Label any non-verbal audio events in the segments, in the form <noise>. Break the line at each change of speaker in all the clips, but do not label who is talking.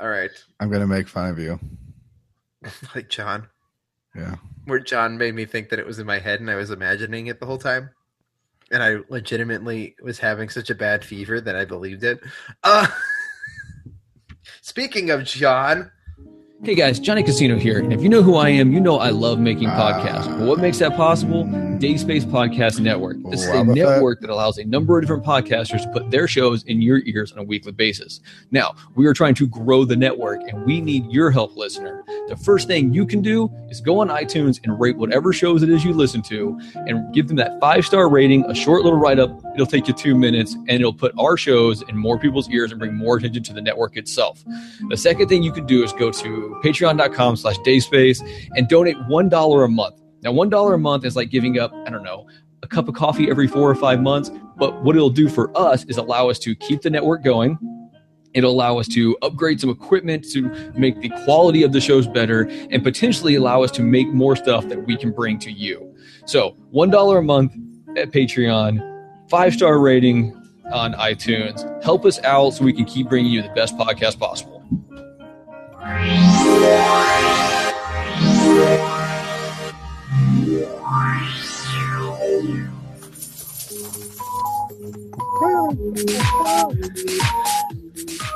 All right. <laughs>
I'm gonna make fun of you.
Like John,
Yeah.
where John made me think that it was in my head and I was imagining it the whole time. And I legitimately was having such a bad fever that I believed it. Uh, <laughs> speaking of John,
Hey guys, Johnny Casino here. And if you know who I am, you know I love making podcasts. But what makes that possible? Day Space Podcast Network. This is a
Love it.
network that allows a number of different podcasters to put their shows in your ears on a weekly basis. Now, we are trying to grow the network and we need your help, listener. The first thing you can do is go on iTunes and rate whatever shows it is you listen to and give them that five star rating, a short little write up. It'll take you two minutes and it'll put our shows in more people's ears and bring more attention to the network itself. The second thing you can do is go to patreon.com slash dayspace and donate $1 a month. Now, $1 a month is like giving up, I don't know, a cup of coffee every four or five months. But what it'll do for us is allow us to keep the network going. It'll allow us to upgrade some equipment to make the quality of the shows better and potentially allow us to make more stuff that we can bring to you. So, $1 a month at Patreon, five star rating on iTunes. Help us out so we can keep bringing you the best podcast possible.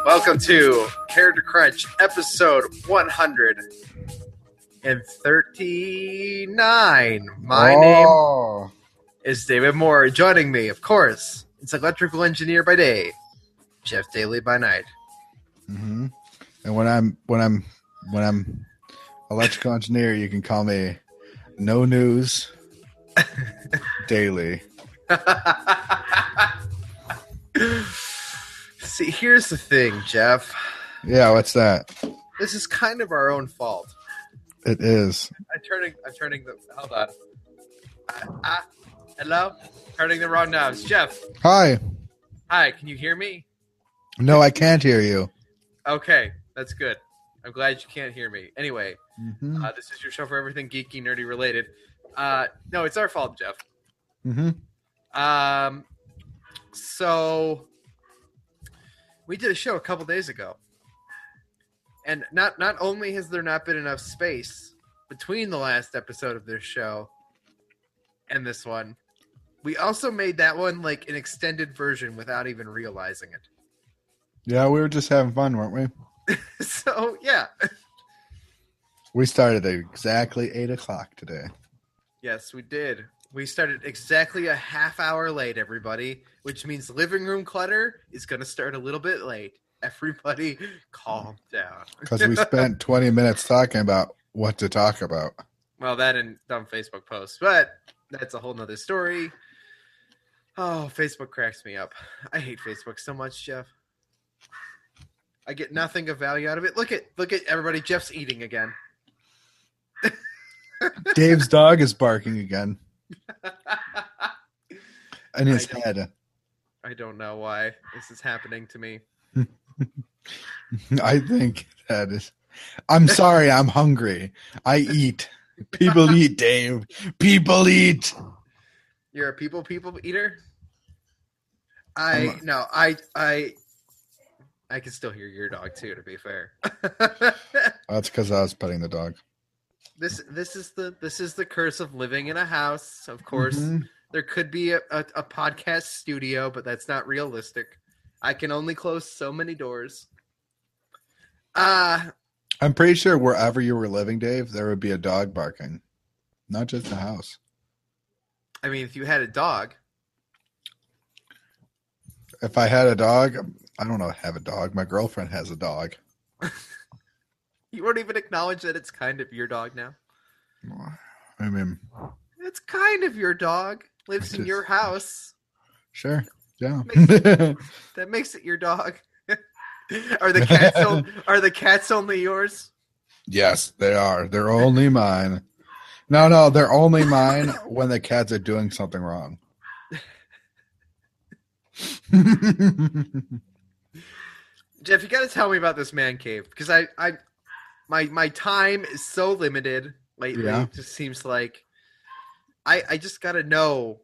welcome to Character Crunch episode 139. My name
Oh,
is David Moore. Joining me, of course, it's electrical engineer by day, Jeff Daly by night.
mhm. And when I'm when I'm when I'm electrical engineer, you can call me no
<laughs>
news daily.
<laughs> See, here's the thing, Jeff.
Yeah, what's that?
This is kind of our own fault.
It is.
I'm turning. I'm turning the. Hold on. Ah, ah, hello. Turning the wrong knobs. Jeff.
Hi.
Hi. Can you hear me?
No, I can't hear you.
Okay, that's good. I'm glad you can't hear me. Anyway,
Mm-hmm.
uh, this is your show for everything geeky, nerdy related. Uh, no, it's our fault, Jeff.
Mm-hmm.
Um, so we did a show a couple days ago, and not not only has there not been enough space between the last episode of this show and this one, we also made that one like an extended version without even realizing it. <laughs>
Yeah, we were just having fun, weren't we?
So yeah,
We started at exactly eight o'clock today.
yes, we did. We started exactly a half hour late, everybody, which means living room clutter is going to start a little bit late. Everybody, <laughs> calm down.
Because
<laughs>
we spent twenty minutes talking about what to talk about.
Well, that and dumb Facebook posts, but that's a whole nother story. Oh, Facebook cracks me up. I hate Facebook so much, Jeff. I get nothing of value out of it. Look at look at everybody. Jeff's eating again.
Dave's dog is barking again in his
I know.
head.
I don't know why this is happening to me.
<laughs> I think that is. I'm sorry, I'm hungry. I eat. People eat, Dave. People eat.
You're a people people eater. I
I'm
no, I I I can still hear your dog too. To be fair, <laughs>
That's because I was petting the dog.
this this is the this is the curse of living in a house. Of course,
Mhm.
there could be a, a, a podcast studio, but that's not realistic. I can only close so many doors. Uh
I'm pretty sure wherever you were living, Dave, there would be a dog barking, not just the house.
I mean, if you had a dog,
If I had a dog, I don't know, have a dog. My girlfriend has a dog.
you won't even acknowledge that it's kind of your dog now.
I mean,
It's kind of your dog. Lives
It
in
is.
your house.
sure, yeah. <laughs>
That makes it your dog. <laughs> are the cats on, are the cats only yours?
yes, they are. They're only mine. No, no, they're only mine when the cats are doing something wrong. <laughs>
Jeff, you got to tell me about this man cave because I, I, my my time is so limited lately.
Yeah.
It just seems like I I just got to know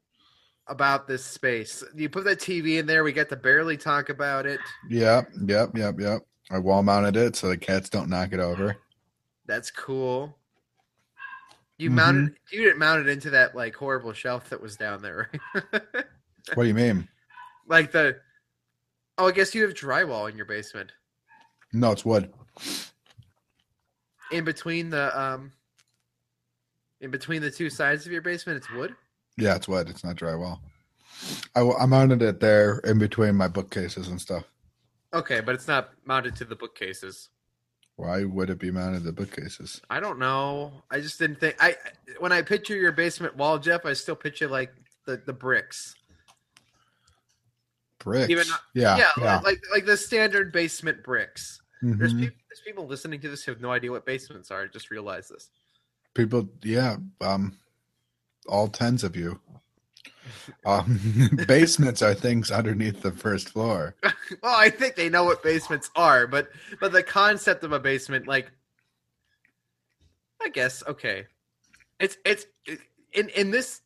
about this space. You put that TV in there, we got to barely talk about it.
Yep, yep, yep, yep. I wall mounted it so the cats don't knock it over.
That's cool. You
Mhm.
mounted you didn't mount it into that like horrible shelf that was down there, right? <laughs>
What do you mean?
like the Oh, I guess you have drywall in your basement.
No, it's wood.
In between the um in between the two sides of your basement, it's wood.
Yeah, it's wood. It's not drywall. I, I mounted it there in between my bookcases and stuff.
Okay, but it's not mounted to the bookcases.
Why would it be mounted to the bookcases?
I don't know. I just didn't think I when I picture your basement wall, Jeff, I still picture like the, the bricks.
Bricks.
Even not-
yeah,
yeah,
yeah.
like like the standard basement bricks. There's,
Mhm.
people, there's people listening to this who have no idea what basements are. I just realized this. <laughs>
people yeah um all tens of you um <laughs> basements are things underneath the first floor
Well, I think they know what basements are, but but the concept of a basement, like, I guess, okay, it's it's in in this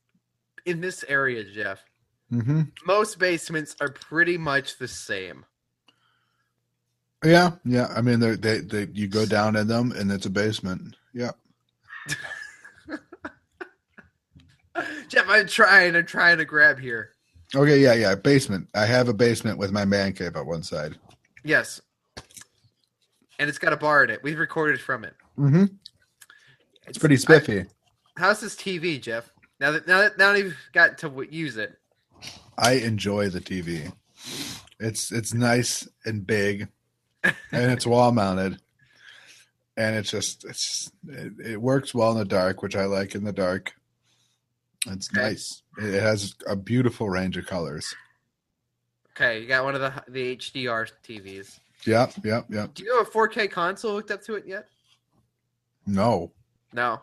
in this area, Jeff.
hmm
Most basements are pretty much the same.
yeah yeah i mean they're, they they you go down in them and it's a basement yeah
<laughs> Jeff, I'm trying. I'm trying to grab here.
okay yeah yeah basement i have a basement with my man cave at one side
Yes, and it's got a bar in it. We've recorded from it.
mm-hmm. it's pretty spiffy
How's this TV, Jeff? Now that now that now that you've got to w- use it,
I enjoy the TV. It's it's nice and big, and it's wall mounted, and it's just it's just, it, it works well in the dark, which I like in the dark. It's
Okay.
nice. It it has a beautiful range of colors.
Okay, you got one of the the HDR TVs.
Yep, yep, yep.
Do you have a 4K console hooked up to it yet?
No,
No.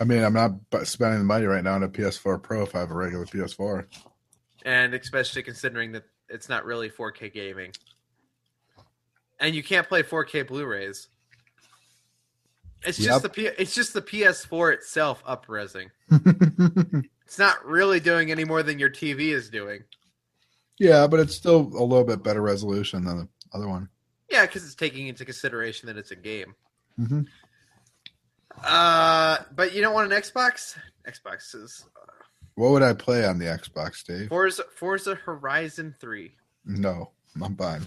I mean I'm not bu- spending the money right now on a PS4 Pro if I have a regular PS4.
And especially considering that it's not really 4K gaming. And you can't play 4K Blu-rays. It's just
Yep.
the P- it's just the PS4 itself upresing. It's not really doing any more than your TV is doing.
<laughs> yeah, but it's still a little bit better resolution than the other one.
Yeah, because it's taking into consideration that it's a game.
hmm
Uh, but you don't want an Xbox? Xbox is
What would I play on the Xbox, Dave?
Forza, Forza Horizon 3.
No, I'm fine.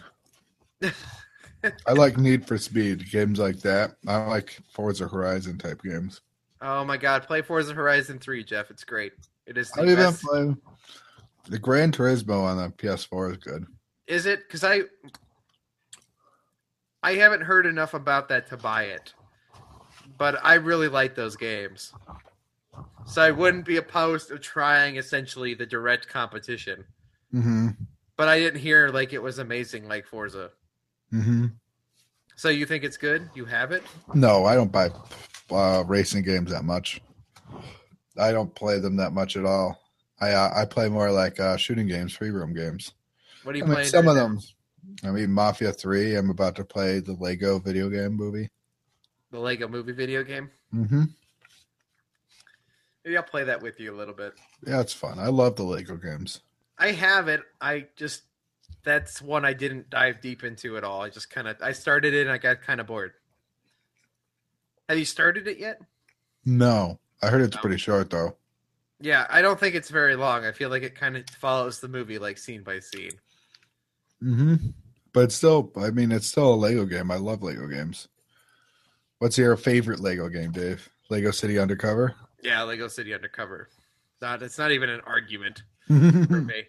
I like Need for Speed games like that. I like Forza Horizon type games.
Oh my god, play Forza Horizon 3, Jeff. It's great. It is
I
the
don't even
best.
play the Gran Turismo on the PS4 is good.
Is it? Because I I haven't heard enough about that to buy it. But I really like those games. So I wouldn't be opposed to trying essentially the direct competition.
Mm-hmm.
But I didn't hear like it was amazing like Forza.
Mm-hmm.
So you think it's good? You have it?
No, I don't buy uh, racing games that much. I don't play them that much at all. I uh, I play more like uh, shooting games, free room games.
What do you
I
play?
mean, some of them. I mean, Mafia Three. I'm about to play the Lego video game movie.
The Lego movie video game?
Mm-hmm.
Maybe I'll play that with you a little bit.
Yeah, it's fun. I love the Lego games.
I have it. I just that's one I didn't dive deep into at all. I just kind of I started it and I got kind of bored. Have you started it yet?
No, I heard it's
No.
pretty short though.
Yeah, I don't think it's very long. I feel like it kind of follows the movie like scene by scene.
Mm-hmm. But it's still, I mean, it's still a Lego game. I love Lego games. What's your favorite Lego game, Dave? Lego City Undercover.
Yeah, Lego City Undercover. Not it's not even an argument for
mm-hmm.
me.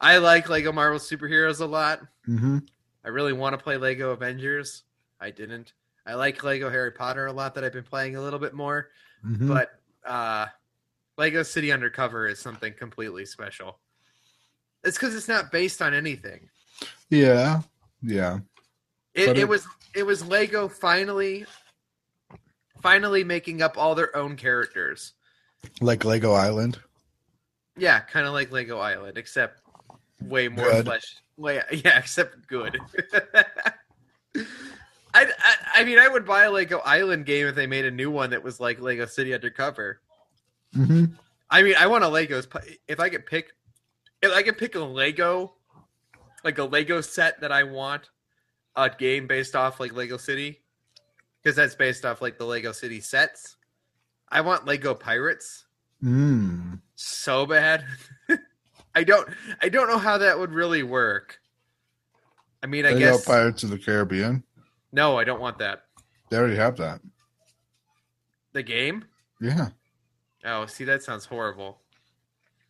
I like Lego Marvel superheroes a lot.
Mm-hmm.
I really want to play Lego Avengers. I didn't. I like Lego Harry Potter a lot that I've been playing a little bit more.
hmm
but uh lego city undercover is something completely special it's because it's not based on anything
Yeah, yeah.
it,
But
it
it-
was it was lego finally finally making up all their own characters
Like Lego Island.
yeah kind of like lego island except way more
Good.
flesh way <laughs> yeah except good <laughs> I, I i mean i would buy a lego island game if they made a new one that was like lego city undercover
Mm-hmm.
I mean, I want a Lego's. If I could pick, if I could pick a Lego, like a Lego set that I want, a game based off like Lego City because that's based off like the Lego City sets. I want Lego Pirates
Mm.
so bad. <laughs> I don't I don't know how that would really work. I mean, I
They
guess
know Pirates of the Caribbean.
no, I don't want that.
They already have that.
The game?
Yeah,
Oh, see that sounds horrible.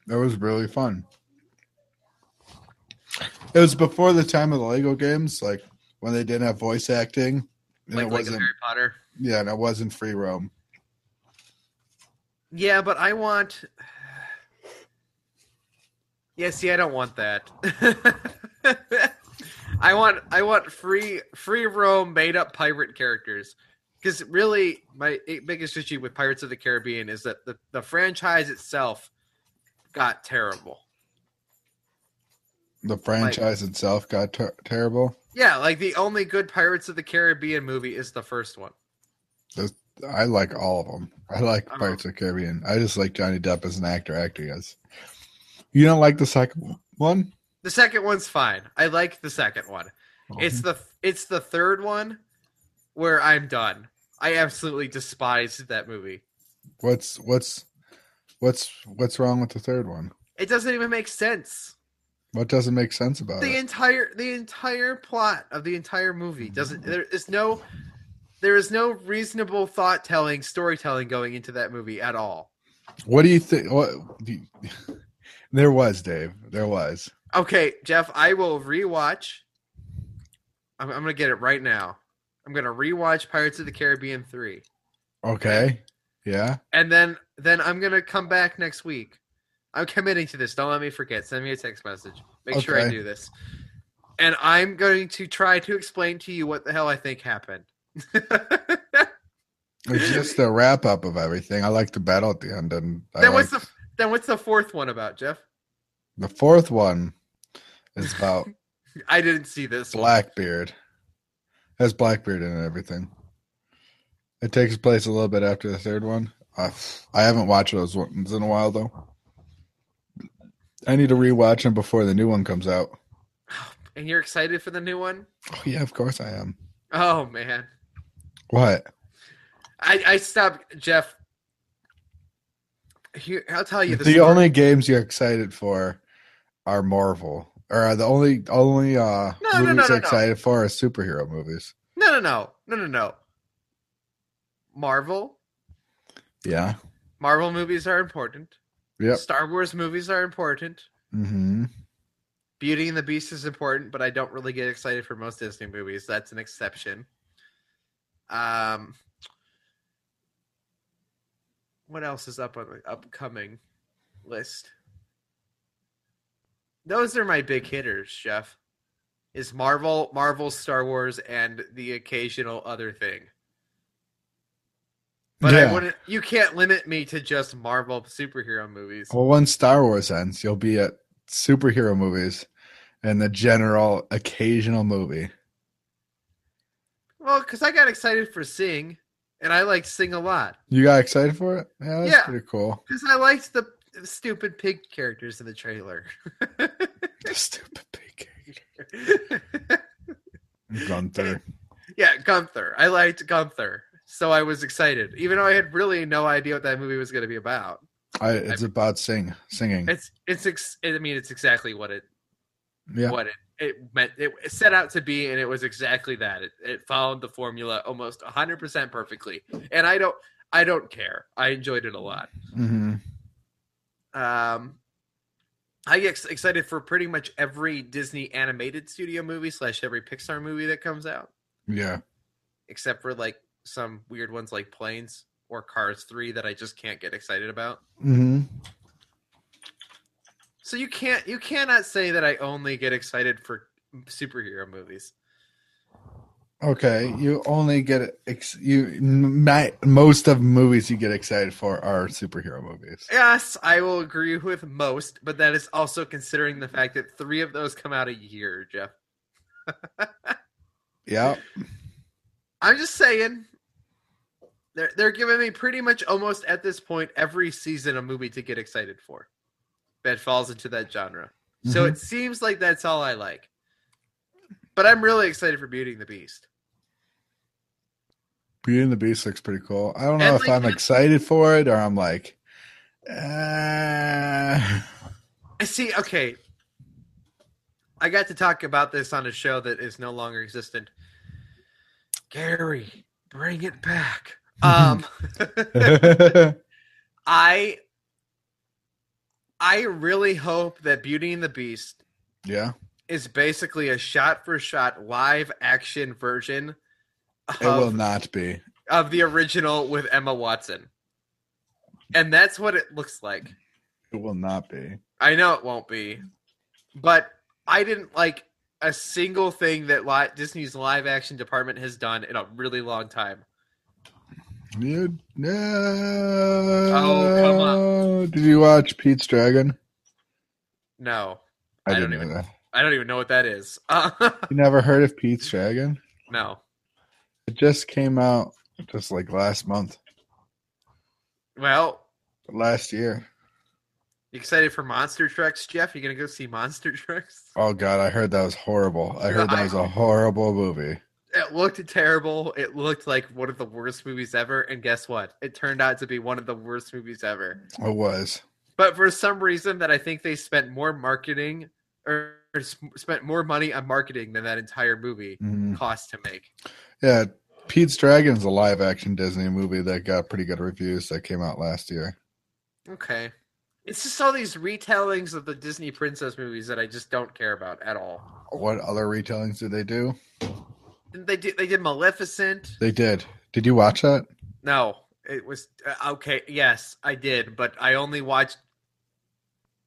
that was really fun. It was before the time of the Lego games, like when they didn't have voice acting, and
Like
it
Lego
wasn't.
Harry Potter.
Yeah, and it wasn't free roam.
Yeah, but I want Yeah, see I don't want that. <laughs> I want I want free free roam made up pirate characters. Because really my biggest issue with Pirates of the Caribbean is that the, the franchise itself got terrible.
The franchise itself got ter- terrible.
Yeah, like the only good Pirates of the Caribbean movie is the first one.
I like all of them. I like
I don't-
Pirates of the Caribbean. I just like Johnny Depp as an actor. Actor, yes. You don't like the second one?
The second one's fine. I like the second one. It's the it's the third one where I'm done. I absolutely despised that movie.
what's what's what's what's wrong with the third one?
It doesn't even make sense.
What doesn't make sense about
The
it?
entire the entire plot of the entire movie doesn't there is no there is no reasonable thought telling storytelling going into that movie at all.
What do you think? What do you- <laughs> there was Dave. There was.
Okay, Jeff, I will rewatch. I'm, I'm gonna get it right now. I'm gonna rewatch Pirates of the Caribbean three,
Okay. Yeah.
and then then I'm gonna come back next week. I'm committing to this. Don't let me forget. Send me a text message. Make sure I
Okay.
do this. And I'm going to try to explain to you what the hell I think happened. <laughs> that
It's just a wrap up of everything. I like the battle at the end, and I
was
liked-
the then what's the fourth one about, Jeff?
the fourth one is about
I didn't see this one.
Blackbeard. Has Blackbeard in it and everything. It takes place a little bit after the third one. Uh, I haven't watched those ones in a while though. I need to rewatch them before the new one comes out.
And you're excited for the new one?
Oh yeah, of course I am.
Oh man.
What?
I, I stopped Jeff. Here, I'll tell you
the
the, story.
only games you're excited for are Marvel, or are the only only uh,
No, no, no,
movies
no,
you're
no.
excited for are superhero movies.
no no no no no no. Marvel
Yeah.
Marvel movies are important.
Yep.
Star Wars movies are important.
Mm-hmm.
Beauty and the Beast is important, but I don't really get excited for most Disney movies. That's an exception. Um, what else is up on the upcoming list? Those are my big hitters, Jeff. Is Marvel, Marvel, Star Wars, and the occasional other thing. But I
Yeah.
wouldn't. You can't limit me to just Marvel superhero movies.
Well, once Star Wars ends, you'll be at superhero movies and the general occasional movie.
Well, because I got excited for Sing, and I liked Sing a lot
You got excited for it? Yeah, that's
Yeah.
pretty
<laughs>
cool.
because I liked the stupid pig characters in the trailer. <laughs>
Stupid pig Gunther.
yeah, Gunther. I liked Gunther, so I was excited, even though I had really no idea what that movie was going to be about.
I, it's about sing singing.
It's it's ex- I mean it's exactly what it
Yeah.
what it it meant it set out to be, and it was exactly that. It it followed the formula almost hundred percent perfectly, and I don't I don't care. I enjoyed it a lot.
Mm-hmm.
Um, I get ex- excited for pretty much every Disney animated studio movie slash every Pixar movie that comes out,
Yeah.
except for like some weird ones like Planes or Cars Three that I just can't get excited about.
Mm-hmm.
So you can't you cannot say that I only get excited for superhero movies.
Okay, you only get ex- you m- my, most of movies you get excited for are superhero movies.
Yes, I will agree with most, but that is also considering the fact that three of those come out a year, Jeff.
Yeah,
I'm just saying. They're, they're giving me pretty much almost at this point every season a movie to get excited for that falls into that genre. So
Mhm.
it seems like that's all I like. But I'm really excited for Beauty and the Beast.
Beauty and the Beast looks pretty cool. I don't know
And,
if
like,
I'm
that-
excited for it or I'm like,
<laughs>
uh,
I see. Okay, I got to talk about this on a show that is no longer existent. Gary, bring it back. Um, <laughs>
Mm-hmm. <laughs>
I, I really hope that Beauty and the Beast
yeah.
is basically a shot-for-shot live action version
It will
of,
not be.
of the original with Emma Watson, and that's what it looks like.
It will not be.
I know it won't be, but I didn't like a single thing that li- Disney's live action department has done in a really long time.
You, no.
Oh, come
Did you watch Pete's Dragon?
No, I don't
didn't
even-
know that.
I don't even know what that is. <laughs> Uh,
You never heard of Pete's Dragon?
no,
It just came out just like last month,
well,
last year.
you excited for Monster Trucks, Jeff? You gonna go see Monster Trucks?
Oh God, I heard that was horrible. I heard that
I-
was a horrible movie.
It looked terrible. It looked like one of the worst movies ever. And guess what? It turned out to be one of the worst movies ever.
It was.
but for some reason that I think they spent more marketing or or s- spent more money on marketing than that entire movie
Mhm.
cost to make.
Yeah, Pete's Dragon is a live action Disney movie that got pretty good reviews that came out last year.
Okay. It's just all these retellings of the Disney princess movies that I just don't care about at all.
What other retellings did they do?
Didn't They did they did Maleficent.
They did. Did you watch that?
No, it was uh, okay. Yes, I did, but I only watched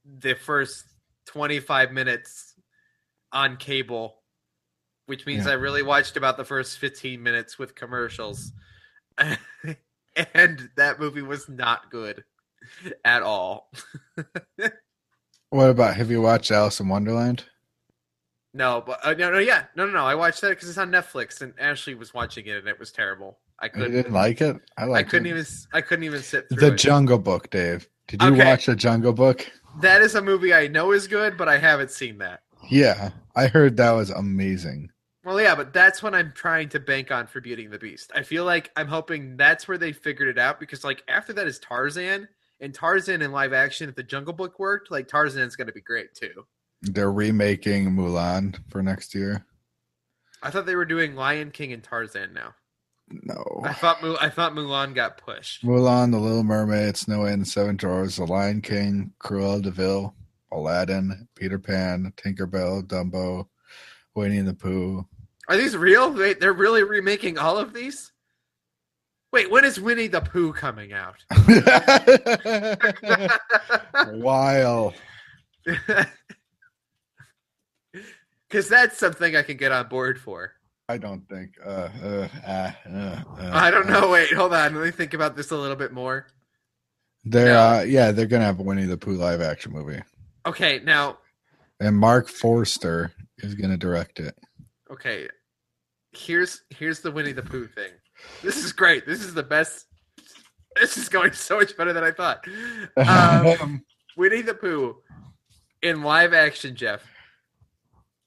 the first 25 minutes on cable, which means
Yeah.
I really watched about the first 15 minutes with commercials. <laughs> and that movie was not good at all.
What about have you watched Alice in Wonderland?
No, but uh, no, no, yeah, no, no, no. I watched that because it's on Netflix, and Ashley was watching it, and it was terrible. I
You
couldn't,
didn't like it? I
I
liked
couldn't
it.
even, s- I couldn't even sit through
The
it.
Jungle Book, Dave. Did you
Okay.
watch The Jungle Book?
That is a movie I know is good, but I haven't seen that.
Yeah, I heard that was amazing.
Well, yeah, but that's what I'm trying to bank on for Beauty and the Beast. I feel like I'm hoping that's where they figured it out because, like, after that is Tarzan, and Tarzan in live action, if the Jungle Book worked, like Tarzan's going to be great too.
They're remaking Mulan for next year.
I thought they were doing Lion King and Tarzan now.
No.
I thought Mu- I thought Mulan got pushed.
Mulan, The Little Mermaid, Snow White and the Seven Dwarfs, The Lion King, Cruella de Vil, Aladdin, Peter Pan, Tinkerbell, Dumbo, Winnie and the
<laughs>
Pooh. <laughs>
Are these real? Wait, they're really remaking all of these. Wait, when is Winnie the Pooh coming out?
While
<laughs> Because that's something I can get on board for.
I don't think. Uh, uh, uh, uh, uh,
I don't
uh,
know. Wait, hold on. Let me think about this a little bit more.
They're
No.
uh, yeah, they're gonna have a Winnie the Pooh live action movie,
Okay, now,
and Mark Forster is gonna direct it. <laughs>
okay. Here's here's the Winnie the Pooh thing. This is great. This is the best. This is going so much better than I thought. Um,
<laughs>
Winnie the Pooh in live action, Jeff,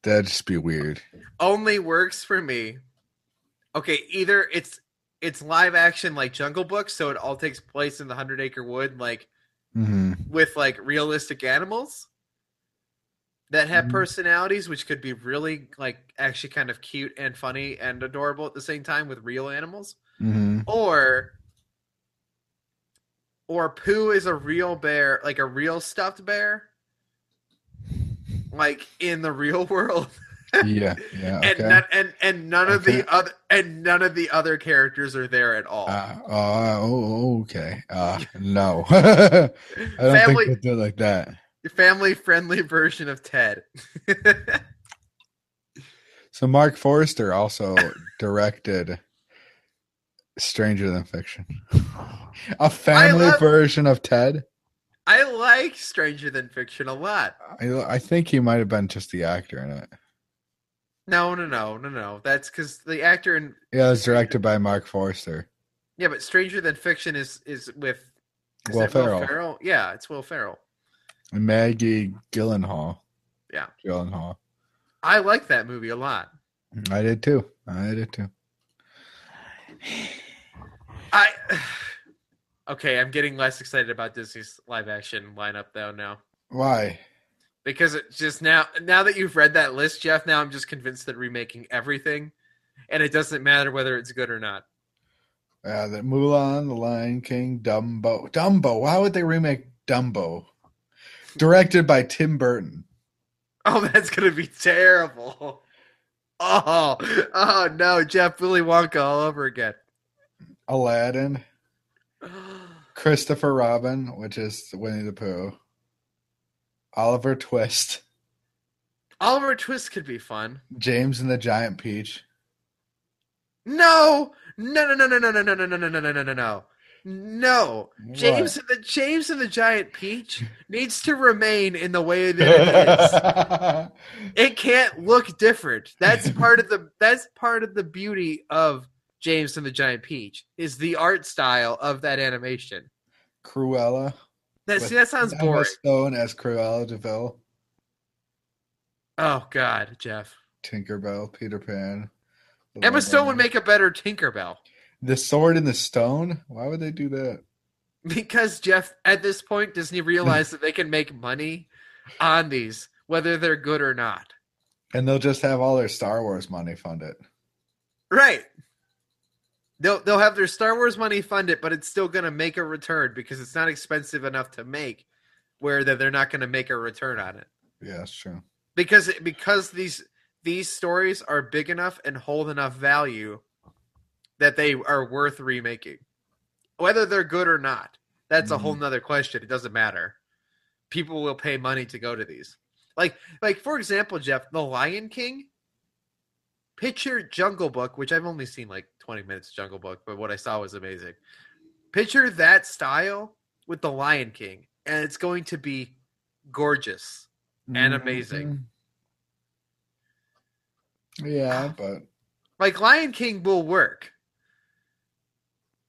That'd just be weird.
only works for me. Okay, either it's it's live action like Jungle Book, so it all takes place in the Hundred Acre Wood, like
hmm
with like realistic animals that have
Mhm.
personalities which could be really like actually kind of cute and funny and adorable at the same time with real animals
hmm
or or pooh is a real bear like a real stuffed bear like in the real <laughs> world
Yeah, yeah.
<laughs> and
Okay.
none, and and none of the other and none of the other characters are there at all
Uh, uh, oh, okay. Uh,
<laughs>
no, <laughs> I don't
Family-
think they do it like that.
family friendly <laughs> version of ted <laughs>
So Mark Forrester also directed Stranger Than Fiction, <laughs> a family
love-
version of Ted.
i like stranger than fiction a lot
I, I think he might have been just the actor in it.
No, no, no, no, no. That's because the actor in
Yeah, it was directed by Mark Forrester.
yeah, but Stranger Than Fiction is is with is
Will
it
Ferrell.
Yeah, it's Will Ferrell.
And Maggie Gyllenhaal.
Yeah.
Gyllenhaal.
I like that movie a lot.
I did too. I did too.
I <sighs> okay, I'm getting less excited about Disney's live action lineup though now
Why?
because it just now now that you've read that list, Jeff. Now I'm just convinced that remaking everything, and it doesn't matter whether it's good or not.
Uh, the Mulan, The Lion King, Dumbo. Dumbo. Why would they remake Dumbo? Directed by Tim Burton.
<laughs> Oh, that's gonna be terrible. Oh, oh no, Jeff Willy Wonka all over again.
Aladdin. Christopher Robin, which is Winnie the Pooh. Oliver Twist.
Oliver Twist could be fun.
James and the Giant Peach.
No, no, no, no, no, no, no, no, no, no, no, no, no, no, no, no. No, James and the James and the Giant Peach needs to remain in the way that
<laughs>
it is.
What? <laughs>
it can't look different. That's part of the that's part of the beauty of James and the Giant Peach is the art style of that animation.
Cruella.
That
With
see, that sounds
Emma
boring.
Stone as Cruella Deville.
Oh God, Jeff.
Tinkerbell, Peter Pan.
Emma Stone would make a better Tinkerbell.
The Sword in the Stone? Why would they do that?
Because Jeff, at this point, Disney realized that they can make money on these, whether they're good or not.
And they'll just have all their Star Wars money fund it.
Right. They'll they'll have their Star Wars money fund it, but it's still gonna make a return because it's not expensive enough to make where that they're not gonna make a return on it.
Yeah, that's true.
Because it, because these these stories are big enough and hold enough value that they are worth remaking. Whether they're good or not, that's a whole nother question. It doesn't matter. People will pay money to go to these. Like like for example, Jeff, The Lion King picture Jungle Book, which I've only seen like 20 minutes of Jungle Book, but what I saw was amazing. Picture that style with The Lion King, and it's going to be gorgeous and amazing.
Mm-hmm. Yeah,
Ah.
but
Like Lion King will work.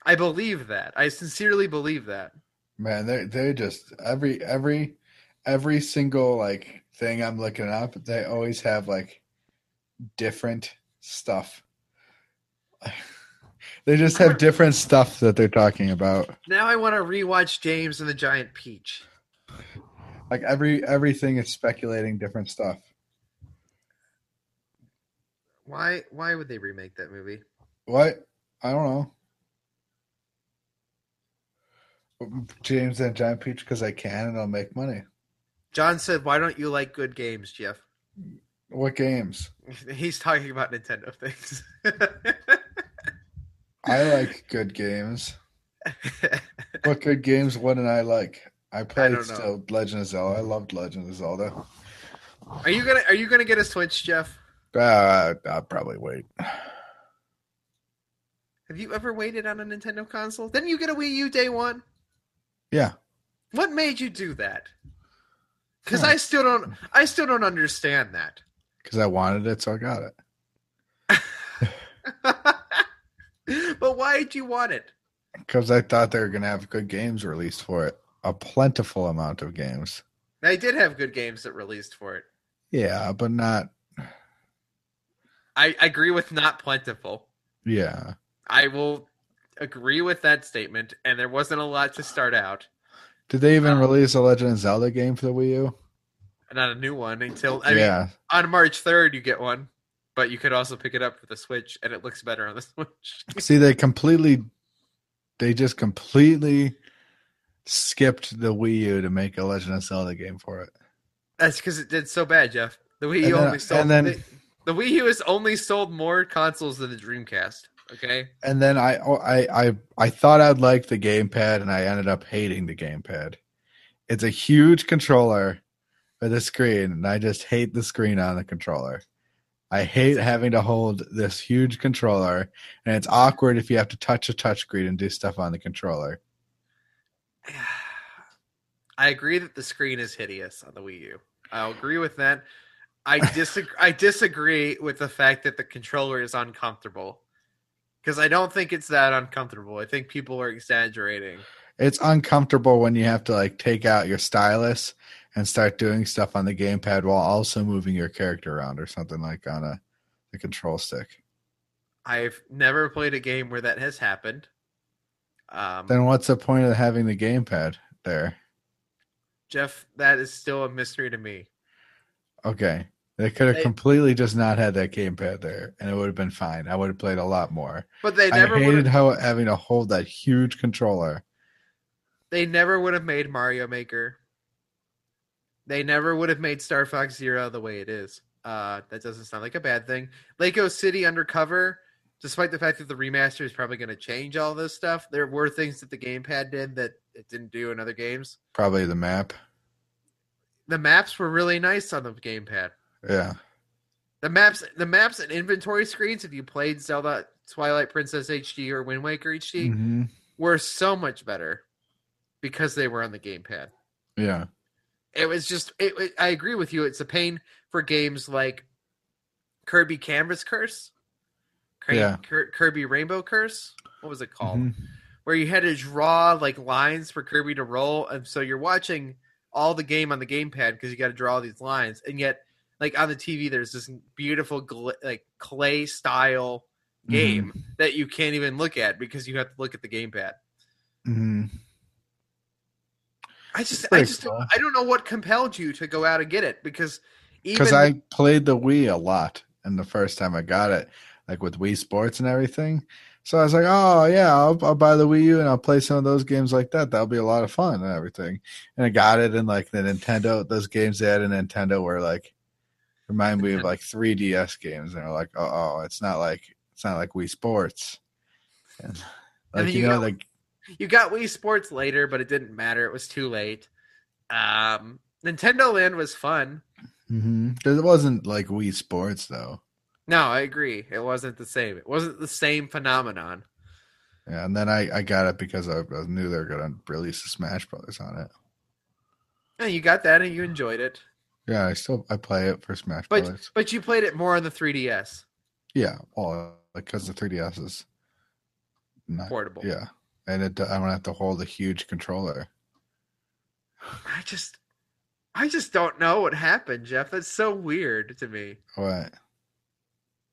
I believe that. I sincerely believe that.
man, they they just every every every single like thing I'm looking up, they always have like different stuff. <laughs> they just have different stuff that they're talking about.
Now I want to rewatch James and the Giant Peach.
Like every everything is speculating different stuff.
Why why would they remake that movie?
What? I don't know. James and John Peach because I can and I'll make money.
John said, "Why don't you like good games, Jeff?" <laughs>
What games?
He's talking about Nintendo things. <laughs>
I like good games. What good games? What did I like? I played
don't know.
still Legend of Zelda. I loved Legend of Zelda.
are you gonna Are you gonna get a Switch, Jeff?
Uh, I'll probably wait.
Have you ever waited on a Nintendo console? Didn't you get a Wii U day one?
Yeah.
What made you do that? Because
Huh.
I still don't. I still don't understand that.
Because I wanted it, so I got it.
<laughs> but why did you want it?
Because I thought they were going to have good games released for it. A plentiful amount of games.
They did have good games that released for it.
Yeah, but not.
I, I agree with not plentiful.
Yeah.
I will agree with that statement. And there wasn't a lot to start out.
Did they even
Um,
release a Legend of Zelda game for the Wii U?
Not a new one until I mean,
yeah.
on March third you get one, but you could also pick it up for the Switch, and it looks better on the <laughs> Switch.
See, they completely, they just completely skipped the Wii U to make a Legend of Zelda game for it.
That's because it did so bad, Jeff. The Wii U
And then-
only sold.
and then-
the, the Wii U has only sold more consoles than the Dreamcast. Okay,
And then I, oh, I, I, I thought I'd like the gamepad, and I ended up hating the gamepad. It's a huge controller with a screen, and I just hate the screen on the controller. I hate having to hold this huge controller, and it's awkward if you have to touch a touchscreen and do stuff on the controller.
<sighs> I agree that the screen is hideous on the Wii U. I'll agree with that.
<laughs>
I disagree. I disagree with the fact that the controller is uncomfortable because I don't think it's that uncomfortable. I think people are exaggerating.
it's uncomfortable when you have to like take out your stylus and start doing stuff on the gamepad while also moving your character around or something like on a the control stick.
I've never played a game where that has happened. Um,
Then what's the point of having the gamepad there?
Jeff, that is still a mystery to me.
Okay. They could have
They-
completely just not had that gamepad there and it would have been fine. I would have played a lot more.
But they
I
never would
hated
have
how having to hold that huge controller.
they never would have made Mario Maker. They never would have made Star Fox Zero the way it is. Uh, that doesn't sound like a bad thing. Lego City Undercover, despite the fact that the remaster is probably going to change all this stuff, there were things that the gamepad did that it didn't do in other games.
Probably the map.
The maps were really nice on the gamepad.
Yeah.
The maps, the maps and inventory screens. If you played Zelda Twilight Princess HD or Wind Waker HD,
hmm
were so much better because they were on the gamepad.
Yeah.
It was just, it, it- I agree with you. It's a pain for games like Kirby Canvas Curse, Kirby,
Yeah.
Kir- Kirby Rainbow Curse. What was it called?
Mhm.
Where you had to draw like lines for Kirby to roll, and so you're watching all the game on the gamepad because you got to draw these lines, and yet like on the TV, there's this beautiful gl- like clay style
Mm-hmm.
game that you can't even look at because you have to look at the gamepad.
Mhm.
I just, I
pretty
just,
cool.
I don't know what compelled you to go out and get it because even
because I played the Wii a lot, and the first time I got it, like with Wii Sports and everything, so I was like, "Oh yeah, I'll, I'll buy the Wii U and I'll play some of those games like that. That'll be a lot of fun and everything." And I got it, and like the Nintendo, those games they had in Nintendo were like remind me of like 3DS games, and they're like, "Oh, oh, it's not like it's not like Wii Sports." And,
And
like
then
you,
you
know,
got-
like
you got Wii Sports later, but it didn't matter. It was too late. Um, Nintendo Land was fun.
mhm. there wasn't like Wii Sports though.
No, I agree. It wasn't the same. It wasn't the same phenomenon.
Yeah, and then I, I got it because I, I knew they were gonna release the Smash Brothers on it.
And you got that, and you enjoyed it,
Yeah, I still I play it for Smash
but
Brothers.
but you played it more on the 3DS
Yeah, well, because the 3DS is not,
portable.
Uh, yeah, and it I don't have to hold a huge controller.
I just, I just don't know what happened, Jeff. That's so weird to me.
What?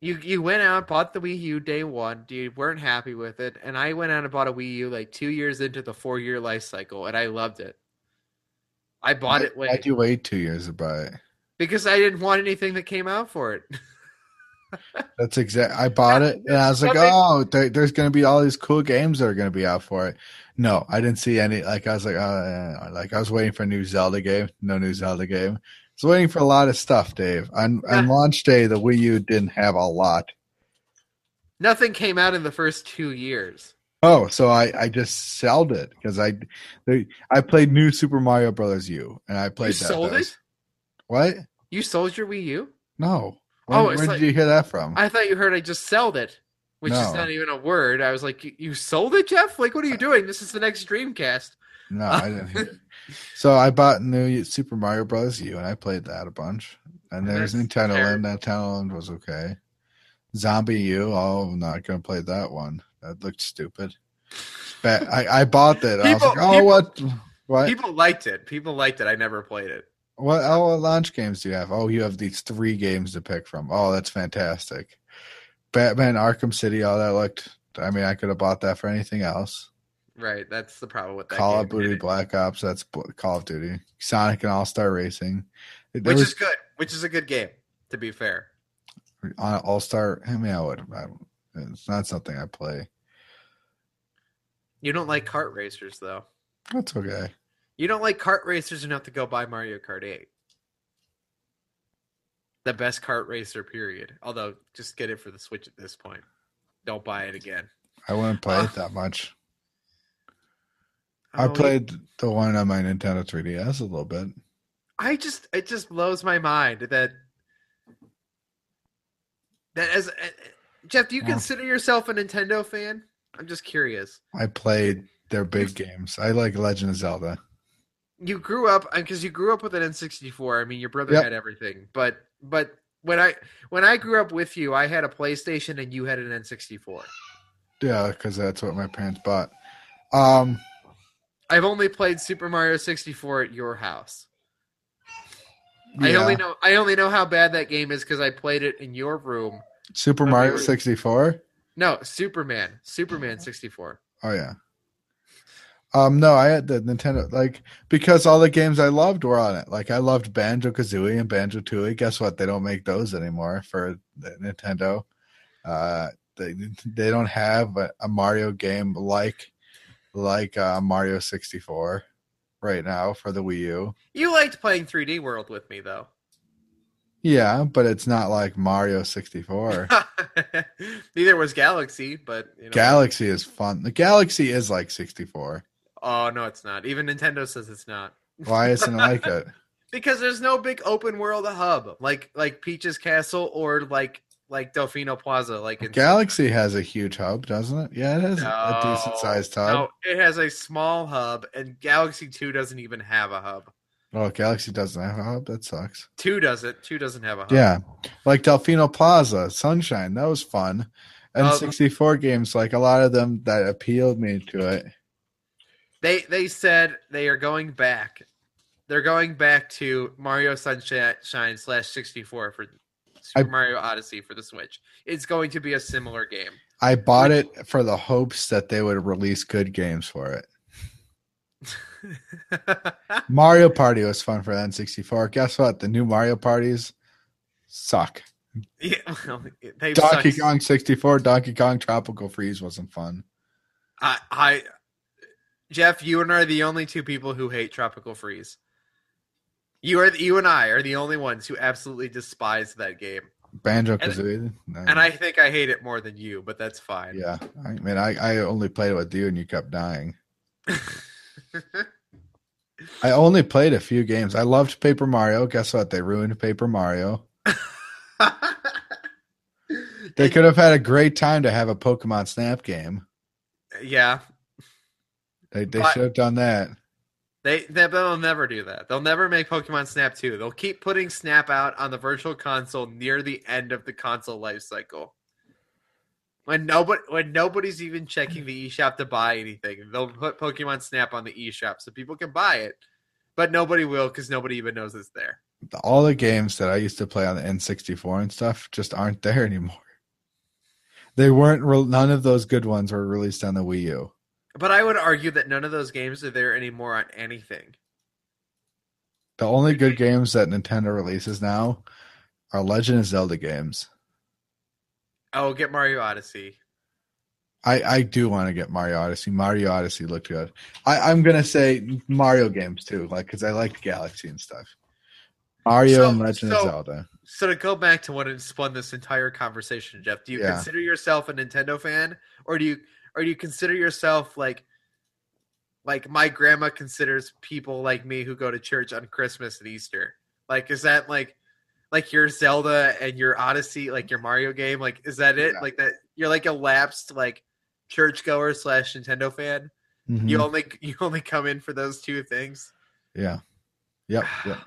You you went out, bought the Wii U day one. You weren't happy with it, and I went out and bought a Wii U like two years into the four year life cycle, and I loved it. I bought
Why-
it
Why'd
late
you wait two years to buy it?
because I didn't want anything that came out for it. <laughs>
That's exact. I bought it and I was like,
Nothing.
oh, there, there's gonna be all these cool games that are gonna be out for it. No, I didn't see any. Like I was like, uh, like I was waiting for a new Zelda game. No new Zelda game. I was waiting for a lot of stuff, Dave. On, on launch day, the Wii U didn't have a lot.
Nothing came out in the first two years.
Oh, so I, I just sold it because I they, I played New Super Mario Brothers U and I
You
played that.
sold
those-
it.
What?
You sold your Wii U.
No. Where,
Oh,
where
it's
did
like-
you hear that from?
I thought you heard I just sold it, which is
No.
not even a word. I was like, you, you sold it, Jeff? Like, what are you doing? This is the next Dreamcast.
no, I didn't hear.
<laughs>
It. So I bought New Super Mario Brothers U and I played that a bunch. And there's
That's
Nintendo Land.
terrible.
Nintendo Land was okay. Zombie U. Oh, I'm not gonna play that one. That looked stupid. But I, I bought that. I was
People-
like, oh,
people-
what? What?
People liked it. People liked it. I never played it.
What oh, what launch games do you have? Oh, you have these three games to pick from. Oh, that's fantastic. Batman Arkham City, all that looked I mean, I could have bought that for anything else.
Right. That's the problem with that.
Call
game.
of Duty Black Ops, that's bl- Call of Duty. Sonic and All Star Racing. There
which
was
is good. Which is a good game, to be fair.
on All Star. I mean, I would. I don't, it's not something I play.
You don't like kart racers, though.
That's okay.
You don't like kart racers enough to go buy Mario Kart 8. The best kart racer, period. Although, just get it for the Switch at this point. Don't buy it again.
I wouldn't play
Uh,
it that much.
Oh,
I
you-
played the one on my Nintendo 3DS a little bit.
I just it just blows my mind that that as uh, Jeff, do you
Yeah.
consider yourself a Nintendo fan? I'm just curious.
I played their big games. I like Legend of Zelda.
You grew up because you grew up with an N64. I mean, your brother
Yep.
had everything, but but when I when I grew up with you, I had a PlayStation and you had an N64.
Yeah, because that's what my parents bought. Um,
I've only played Super Mario 64 at your house. I
yeah.
only know I only know how bad that game is because I played it in your room
Super Mario
Okay.
64?
No, Superman. Superman 64.
Oh yeah. Um no, I had the Nintendo like because all the games I loved were on it. Like I loved Banjo Kazooie and Banjo Tooie. Guess what? They don't make those anymore for the Nintendo. Uh they they don't have a, a Mario game like like uh, Mario 64 right now for the Wii U.
You liked playing 3D World with me though.
Yeah, but it's not like Mario 64.
<laughs> Neither was Galaxy, but you know.
Galaxy is fun. The Galaxy is like 64.
Oh no, it's not. Even Nintendo says it's not.
Why isn't it
<laughs>
like it?
Because there's no big open world hub like like Peach's Castle or like like Delfino Plaza like in
Galaxy has a huge hub, doesn't it? Yeah, it has a- a decent sized hub.
No, it has a small hub, and Galaxy Two doesn't even have a hub.
Oh, Galaxy doesn't have a hub. That sucks.
Two doesn't. Two doesn't have a hub.
Yeah, like Delfino Plaza, Sunshine. That was fun. And
Um,
64 games, like a lot of them that appealed me to it.
They they said they are going back. They're going back to Mario Sunshine slash sixty four for Super
I-
Mario Odyssey for the Switch. It's going to be a similar game.
I bought it for the hopes that they would release good games for it. Mario Party was fun for the N64. Guess what? The new Mario Parties suck.
<laughs> yeah, well, they
Donkey
suck.
Kong 64, Donkey Kong Tropical Freeze wasn't fun.
I, I, Jeff, you and I are the only two people who hate tropical freeze. You are you and I are the only ones who absolutely despise that game,
Banjo Kazooie.
and I think I hate it more than you, but that's fine. <laughs>
Yeah, I mean, I, I only played it with you, and you kept dying. I only played a few games. I loved Paper Mario. Guess what? They ruined Paper Mario. They could have had a great time to have a Pokemon Snap game.
yeah,
They they
But-
should have done that.
they they- they'll never do that. They'll never make Pokemon Snap two. They'll keep putting Snap out on the Virtual Console near the end of the console life cycle. When nobody when nobody's even checking the eShop to buy anything, they'll put Pokemon Snap on the eShop so people can buy it, but nobody will because nobody even knows it's there.
All the games that I used to play on the N64 and stuff just aren't there <laughs> anymore. They weren't. Re- none of those good ones were released on the Wii U.
But I would argue that none of those games are there anymore on anything.
The only good games that Nintendo releases now are Legend of Zelda games.
Oh, get Mario Odyssey.
I, I do want to get Mario Odyssey. Mario Odyssey looked good. I, I'm gonna say Mario games too, like because I liked Galaxy and stuff. Mario
So-
and Legend of
so-
Zelda.
So to go back to what has spun this entire conversation, Jeff, do you
Yeah.
consider yourself a Nintendo fan, or do you, or do you consider yourself like, like my grandma considers people like me who go to church on Christmas and Easter? Like, is that like, like your Zelda and your Odyssey, like your Mario game? Like, is that it?
Yeah.
Like that you're like a lapsed like churchgoer slash Nintendo fan.
Mhm.
You only you only come in for those two things. <laughs>
Yeah. Yep. Yep.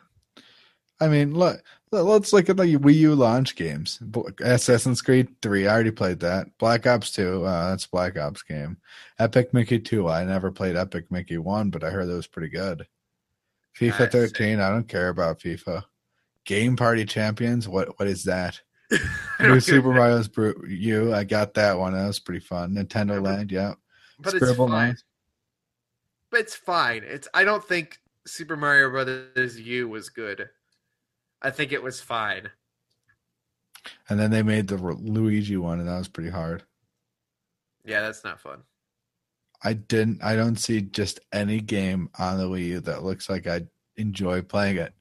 I mean, look. let- Let's look at the Wii U launch games. Bl- Assassin's Creed Three. I already played that. Black Ops Two. Uh, that's a Black Ops game. Epic Mickey Two. I never played Epic Mickey One, but I heard that was pretty good. FIFA
I see.
Thirteen. I don't care about FIFA. Game Party Champions. What? What is that? New Super Mario's Bru- U. I got that one. That was pretty fun. Nintendo Land. Yeah.
but it's
Scribble
fine.
Lines.
but it's fine. It's I don't think Super Mario Brothers U was good. I think it was fine.
And then they made the Ru- Luigi one, and that was pretty hard.
Yeah, that's not fun.
I didn't. I don't see just any game on the Wii U that looks like I enjoy playing it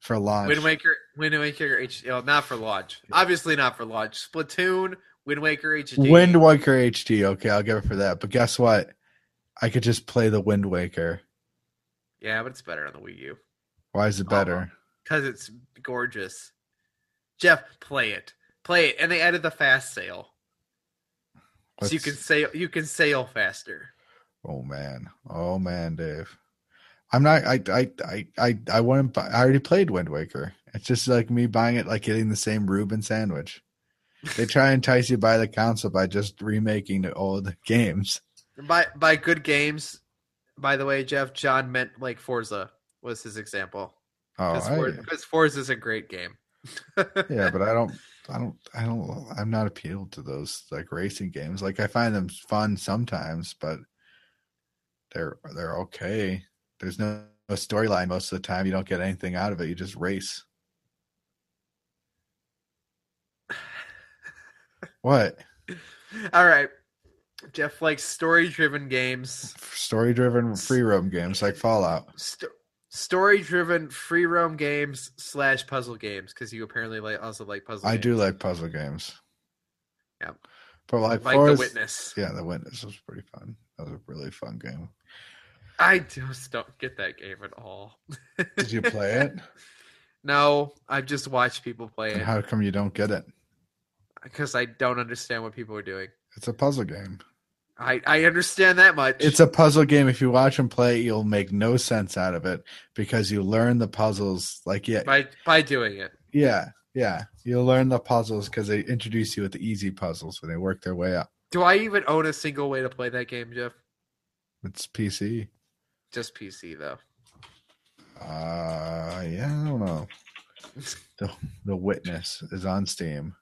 for launch.
Wind Waker, Wind Waker HD, oh, not for launch. Obviously not for launch. Splatoon, Wind Waker HD.
Wind Waker HD. Okay, I'll give it for that. But guess what? I could just play the Wind Waker.
yeah, but it's better on the Wii U
Why is it better?
because it's gorgeous. Jeff, play it, play it, and they added the fast sail, so you
What's-
can sail, you can sail faster.
Oh man. Oh man, Dave. I'm not. I. I. I. I. I want to. Buy, I already played Wind Waker. It's just like me buying it, like getting the same Reuben sandwich. They try and entice you by the console by just remaking the old <laughs> games.
By by good games, by the way, Jeff John meant like Forza was his example.
Oh,
Because
I-
Forza is a great game.
yeah, but I don't. I don't, I don't, I'm not appealed to those like racing games. Like I find them fun sometimes, but they're they're okay. There's no, no storyline most of the time. You don't get anything out of it. You just race. what
<laughs> All right. Jeff likes story driven games.
story driven free roam games like Fallout?
St- story driven free roam games slash puzzle games because you apparently like also like puzzle
I
games.
do like puzzle games.
Yeah.
but like,
like
Forest,
The Witness.
Yeah, The Witness was pretty fun. That was a really fun game.
I just don't get that game at all.
Did you play it?
<laughs> No, I've just watched people play
And
it
how come you don't get it?
because I don't understand what people are doing.
It's a puzzle game.
I, I understand that much.
It's a puzzle game. If you watch them play, you'll make no sense out of it because you learn the puzzles. Like yeah,
by by doing it.
yeah, yeah. You'll learn the puzzles because they introduce you with the easy puzzles when they work their way up.
Do I even own a single way to play that game, Jeff?
It's PC.
Just PC though.
Uh, yeah, I don't <laughs> know. The The Witness is on Steam.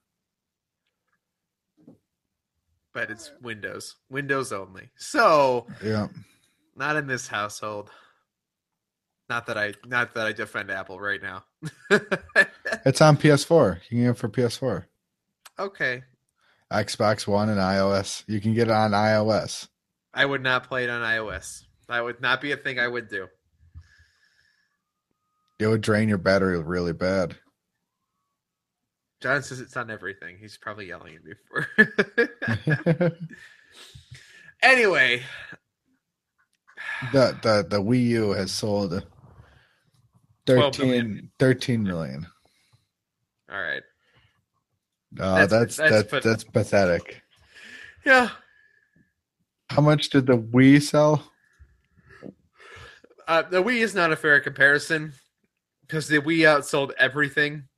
But it's Windows. Windows only. So
Yeah,
not in this household. Not that I not that I defend Apple right now. <laughs>
it's on PS4. You can get it for PS4,
okay.
Xbox One, and iOS. You can get it on iOS.
I would not play it on iOS. That would not be a thing I would do.
It would drain your battery really bad. <laughs>
John says it's on everything. He's probably yelling at me for. <laughs> anyway,
the the the Wii U has sold
12
13,
million.
13 million.
all right.
Uh,
That's-
that's that's
that's
that's,
pat-
pathetic.
Yeah.
How much did the Wii sell?
Uh, the Wii is not a fair comparison because the Wii outsold everything.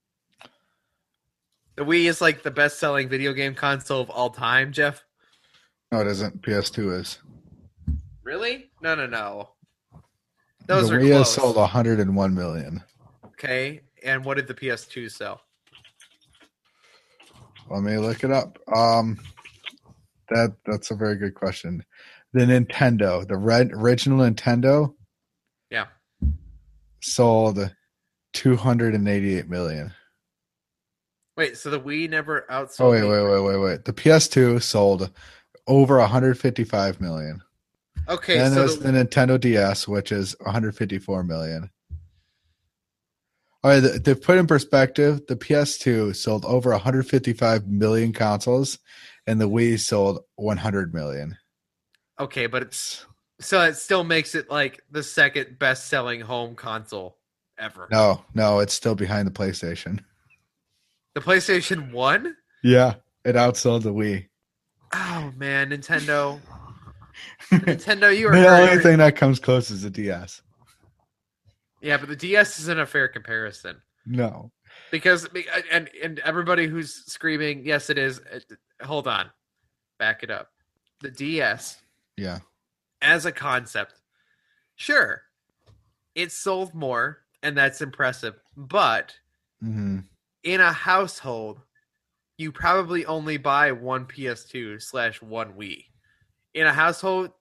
The Wii is like the best selling video game console of all time, Jeff.
No, it isn't. PS2 is.
Really? No, no, no. Those
the
are
Wii
close.
has sold 101 million.
Okay. And what did the PS2 sell?
Let me look it up. Um, that that's a very good question. The Nintendo, the red original Nintendo,
Yeah.
sold 288 million.
Wait, so the Wii never outsold.
Oh wait,
the-
wait, wait, wait, wait. The PS2 sold over 155 million.
Okay,
then
so
there's
the,
the Nintendo DS, which is 154 million. All right, th- to put in perspective, the PS2 sold over 155 million consoles, and the Wii sold 100 million.
okay, but it's so it still makes it like the second best selling home console ever.
No, no, it's still behind the PlayStation.
The PlayStation 1?
Yeah, it outsold the Wii.
Oh man, Nintendo. Nintendo, you are
the only
very...
thing that comes close is the DS.
Yeah, but the DS isn't a fair comparison
No,
because and and everybody who's screaming, yes it is. uh, Hold on. Back it up. The DS
yeah,
as a concept, sure. It sold more and that's impressive, but
hmm
in a household, you probably only buy one PS2 slash one Wii. In a household,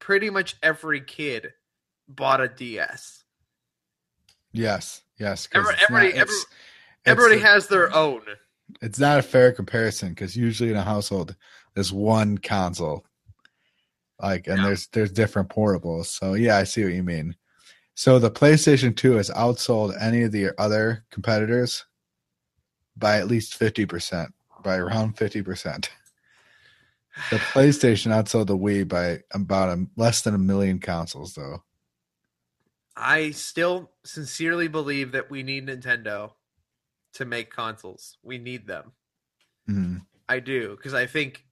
pretty much every kid bought a DS.
yes, yes. 'cause
Every-
it's
everybody-
not-
every-
it's- it's
Everybody
the-
has their own.
it's not a fair comparison because usually in a household there's one console like and
Yeah.
there's there's different portables so yeah i see what you mean so the playstation 2 has outsold any of the other competitors by at least 50% by around 50% the playstation outsold the wii by about a, less than a million consoles though
I still sincerely believe that we need Nintendo to make consoles. We need them.
Mhm.
I do because I think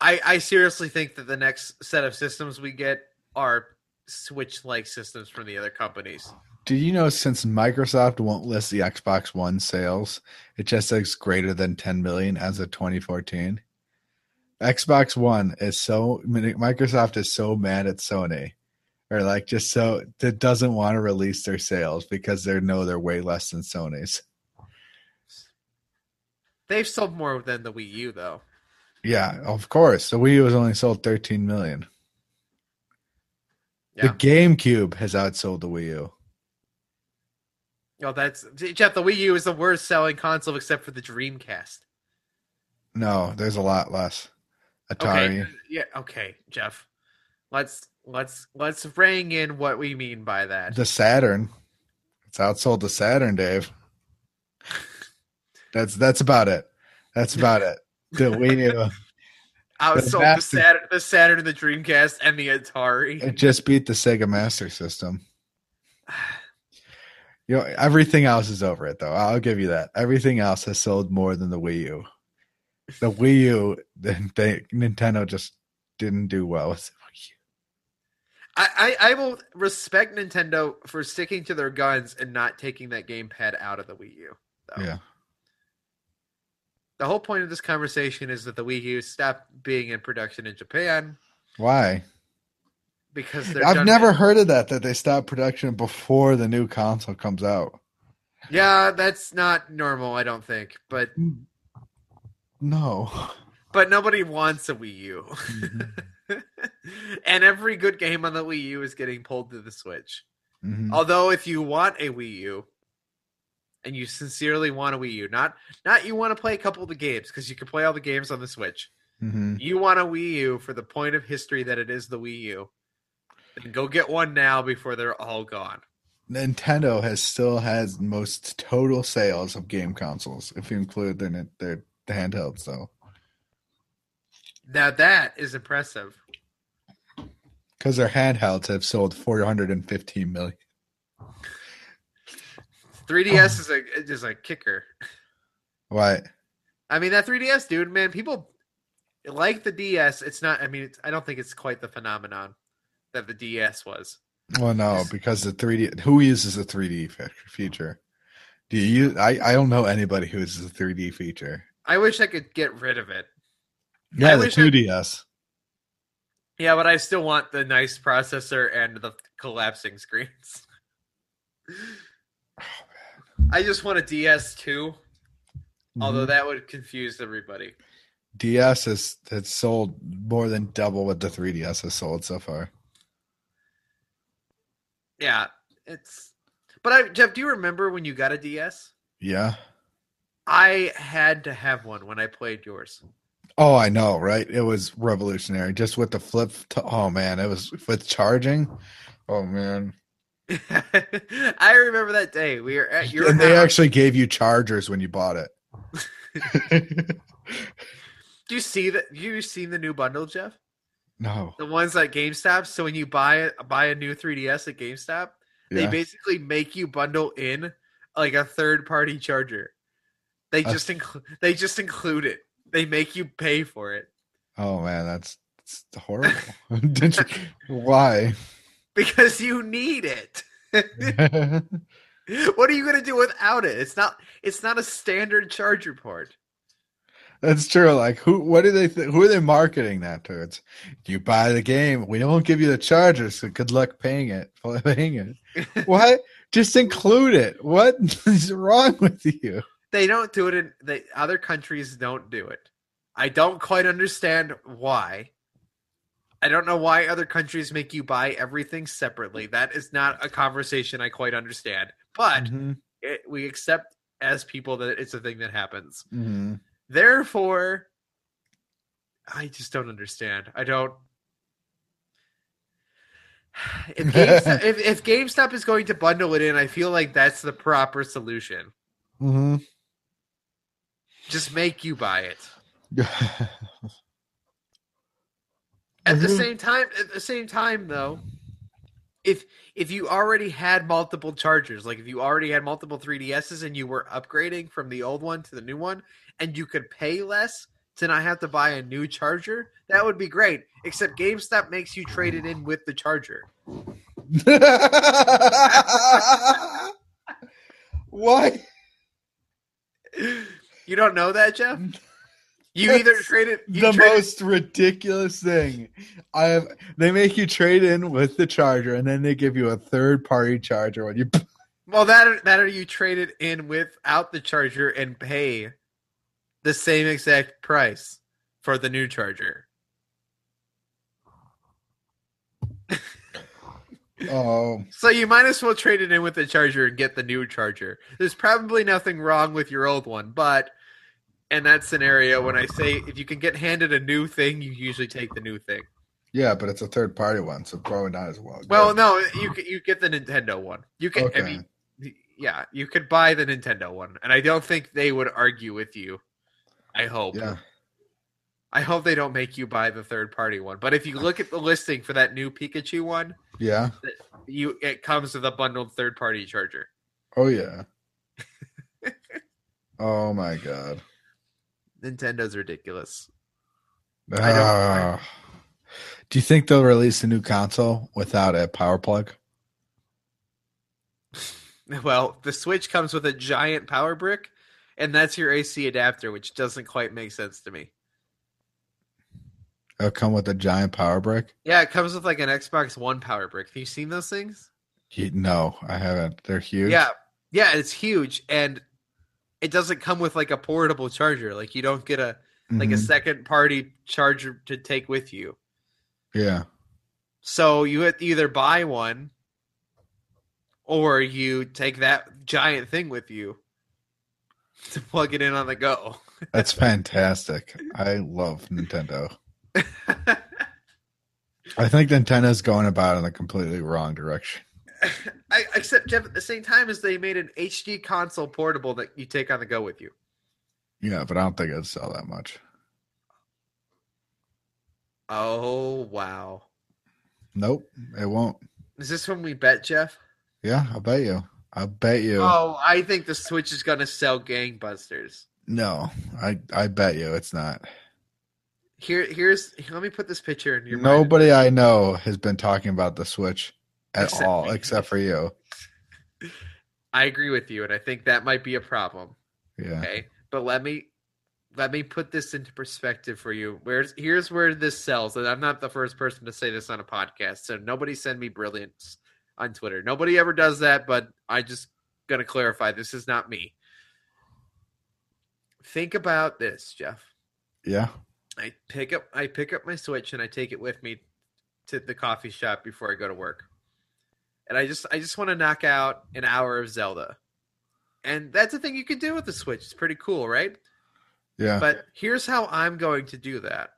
I I seriously think that the next set of systems we get are Switch like systems from the other companies.
do you know since microsoft won't list the xbox one sales it just says greater than 10 million as of 2014 xbox one is so microsoft is so mad at sony or like just so that doesn't want to release their sales because they know they're way less than sony's
They've sold more than the Wii U though.
Yeah, of course. The Wii U has only sold 13 million. The
Yeah.
GameCube has outsold the Wii U.
Oh, that's Jeff. The Wii U is the worst selling console except for the Dreamcast.
No, there's a lot less. Atari.
Okay. Yeah. Okay, Jeff. Let's let's let's bring in what we mean by that.
The Saturn. It's outsold the Saturn, Dave. That's that's about it. That's about it. The Wii U.
Outsold the
vast-
Saturn, the Saturn, and the Dreamcast, and the Atari.
It <laughs> just beat the Sega Master System. You know, everything else is over it though. I'll give you that. Everything else has sold more than the Wii U. The Wii U, then they, Nintendo just didn't do well with
I, I I will respect Nintendo for sticking to their guns and not taking that gamepad out of the Wii U. Though.
Yeah.
The whole point of this conversation is that the Wii U stopped being in production in Japan
Why?
because they're
I've
done-
never heard of that that they stop production before the new console comes out.
Yeah, that's not normal, I don't think. But <laughs>
No.
but nobody wants a Wii U. <laughs>
Mhm.
and every good game on the Wii U is getting pulled to the Switch.
Mhm.
Although if you want a Wii U and you sincerely want a Wii U, not not you want to play a couple of the games because you can play all the games on the Switch.
Mhm.
You want a Wii U for the point of history that it is the Wii U. Then go get one now before they're all gone.
Nintendo has still has the most total sales of game consoles if you include their nin- their handhelds though.
Now that is impressive.
Because their handhelds have sold 415 million.
3DS is a is a kicker.
Why?
I mean that 3DS, dude, man, people like the DS. It's not. I mean, it's, I don't think it's quite the phenomenon that the DS was.
Well, no, because the 3D. Who uses the 3D fe- feature? Do you? use- I I don't know anybody who uses the 3D feature.
I wish I could get rid of it.
Yeah, the
wish I-
2DS.
Yeah, but I still want the nice processor and the collapsing screens. <laughs> I just want a DS too, although
Mhm.
that would confuse everybody.
DS has has sold more than double what the 3DS has sold so far.
Yeah, it's. But I, Jeff, do you remember when you got a DS?
Yeah.
I had to have one when I played yours.
Oh, I know, right? It was revolutionary. Just with the flip. To, oh man, it was with charging. Oh man.
<laughs> I remember that day. We were at your
and they
house.
actually gave you chargers when you bought
<laughs>
it. <laughs>
Do you see that? You seen the new bundle, Jeff?
no.
The ones at GameStop. So when you buy buy a new 3DS at GameStop, they
Yeah.
basically make you bundle in like a third party charger. They
That's-
just include they just include it. They make you pay for it <laughs>
Oh man, that's, that's horrible. <laughs> Did you, why? <laughs>
because you need it. <laughs> what are you going to do without it? It's not it's not a standard charger port.
that's true. Like who? What do they? Th- who are they marketing that to? It's you buy the game. We don't give you the charger, so good luck paying it. <laughs> Paying
<laughs>
it. what? Just include it. What <laughs> is wrong with you?
They don't do it in the other countries don't do it. I don't quite understand why. I don't know why other countries make you buy everything separately. That is not a conversation I quite understand. But
Mhm,
it, we accept as people that it's a thing that happens.
mhm.
Therefore, I just don't understand. I don't. <sighs> If GameStop, if, if GameStop is going to bundle it in, I feel like that's the proper solution.
<laughs> Mhm.
Just make you buy it. At the
Mhm.
same time, at the same time, though, if if you already had multiple chargers, like if you already had multiple 3DSs and you were upgrading from the old one to the new one, and you could pay less to not have to buy a new charger, that would be great. Except GameStop makes you trade it in with the charger. <laughs>
why?
You don't know that, Jeff? You either
That's
trade it you
the
trade it-
most ridiculous thing i have they make you trade in with the charger and then they give you a third party charger when you <laughs>
well that that or you trade it in without the charger and pay the same exact price for the new charger.
Oh,
So you might as well trade it in with the charger and get the new charger. There's probably nothing wrong with your old one, but in that scenario, when I say if you can get handed a new thing, you usually take the new thing.
yeah, but it's a third party one, so probably not as well.
Well, no, you c- you get the Nintendo one. You can,
Okay.
I mean, yeah, you could buy the Nintendo one, and I don't think they would argue with you. I hope.
yeah,
I hope they don't make you buy the third party one. But if you look at the listing for that new Pikachu one,
yeah,
you it comes with a bundled third party charger. <laughs>
oh yeah. oh my god.
Nintendo's ridiculous. I don't- I-
Ah. do you think they'll release a new console without a power plug?
<laughs> Well, the Switch comes with a giant power brick, and that's your AC adapter, which doesn't quite make sense to me.
It'll Oh, come with a giant power brick.
Yeah, it comes with like an Xbox One power brick. Have you seen those things?
Ye- No, I haven't. They're huge.
Yeah. Yeah, it's huge and it doesn't come with like a portable charger. Like you don't get a like a
Mhm.
second party charger to take with you.
yeah.
So you have to either buy one or you take that giant thing with you to plug it in on the go. <laughs>
That's fantastic. I love Nintendo. I think Nintendo's going about in a completely wrong direction.
I, except Jeff, at the same time as they made an HD console portable that you take on the go with you.
Yeah, but I don't think it'd sell that much.
Oh wow!
Nope, it won't.
Is this when we bet, Jeff?
Yeah, I bet you. I bet you.
Oh, I think the Switch is gonna sell gangbusters.
No, I I bet you it's not.
Here, here's let me put this picture in your mind.
Nobody I know has been talking about the Switch at
Except
all,
me.
except for you.
I agree with you, and I think that might be a problem.
Yeah.
Okay, but let me let me put this into perspective for you. Where's here's where this sells, and I'm not the first person to say this on a podcast, so nobody send me brilliance on Twitter. Nobody ever does that, but I just gonna clarify this is not me. Think about this, Jeff.
Yeah.
I pick up I pick up my Switch and I take it with me to the coffee shop before I go to work. And I just I just want to knock out an hour of Zelda. And that's a thing you can do with the Switch. It's pretty cool, right?
Yeah.
But here's how I'm going to do that.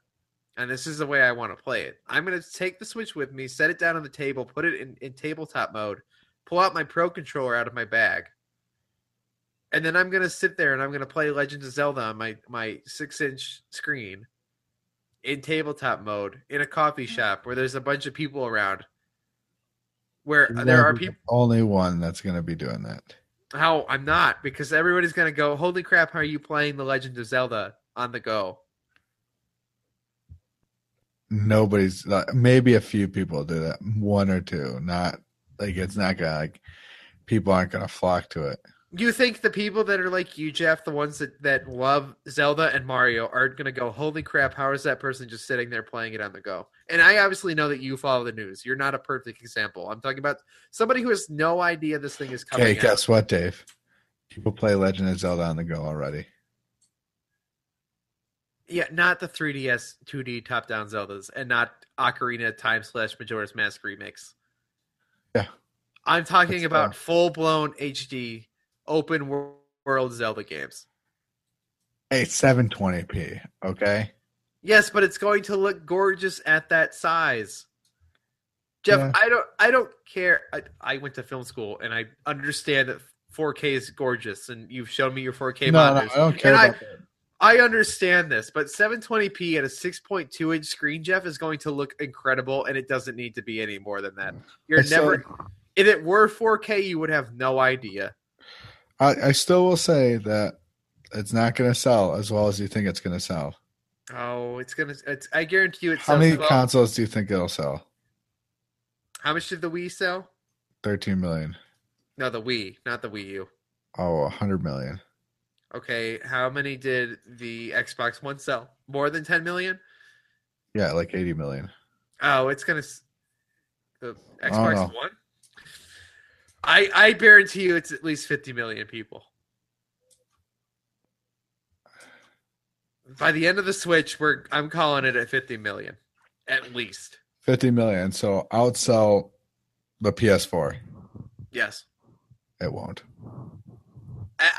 And this is the way I want to play it. I'm going to take the Switch with me, set it down on the table, put it in, in tabletop mode, pull out my Pro Controller out of my bag. And then I'm going to sit there and I'm going to play Legend of Zelda on my, my six inch screen in tabletop mode in a coffee shop where there's a bunch of people around. Where
You're
there are
gonna be
people.
the Only one that's going to be doing that.
How I'm not because everybody's gonna go. Holy crap! How are you playing The Legend of Zelda on the go?
Nobody's like, maybe a few people do that, one or two. Not like it's not gonna like people aren't gonna flock to it.
You think the people that are like you, Jeff, the ones that, that love Zelda and Mario, aren't going to go, holy crap, how is that person just sitting there playing it on the go? And I obviously know that you follow the news. You're not a perfect example. I'm talking about somebody who has no idea this thing is coming.
Okay,
out.
guess what, Dave? People play Legend of Zelda on the go already.
Yeah, not the 3DS 2D top down Zeldas and not Ocarina of Time slash Majora's Mask remix.
Yeah.
I'm talking
That's
about
fair.
full blown HD open wor- world Zelda games.
Hey, it's 720p. Okay.
Yes, but it's going to look gorgeous at that size. Jeff,
Yeah.
I don't I don't care. I, I went to film school and I understand that 4K is gorgeous and you've shown me your 4K
no, no,
monitors.
I don't care
And I-
about that.
I understand this, but 720p at a 6.2 inch screen, Jeff, is going to look incredible, and it doesn't need to be any more than that. You're
I still-
never. If it were 4K, you would have no idea.
I, I still will say that it's not going to sell as well as you think it's going to sell.
Oh, it's gonna. It's, I guarantee you, it's
How many consoles do you think it'll sell?
How much did the Wii sell?
13 million.
No, the Wii, not the Wii U.
Oh, 100 million.
Okay, how many did the Xbox One sell? More than 10 million?
Yeah, like 80 million.
Oh, it's gonna s- the
don't
Xbox
know.
One. I I guarantee you, it's at least 50 million people. by the end of the Switch, we're I'm calling it at 50 million, at least.
50 million. So outsell the PS4.
Yes,
It won't.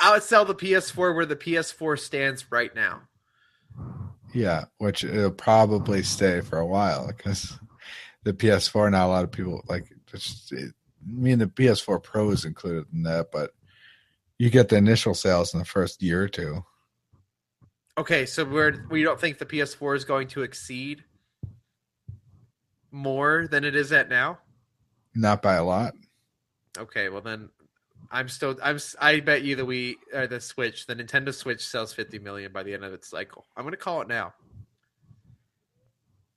I would sell the PS4 where the PS4 stands right now.
Yeah, which it'll probably stay for a while because the PS4 now a lot of people like. It's, it, I mean, the PS4 Pro is included in that, but you get the initial sales in the first year or two.
Okay, so we're we don't think the PS4 is going to exceed more than it is at now.
Not by a lot.
Okay, well then I'm still I'm s- I bet you the Wii or the Switch, the Nintendo Switch sells 50 million by the end of its cycle. I'm going to call it now.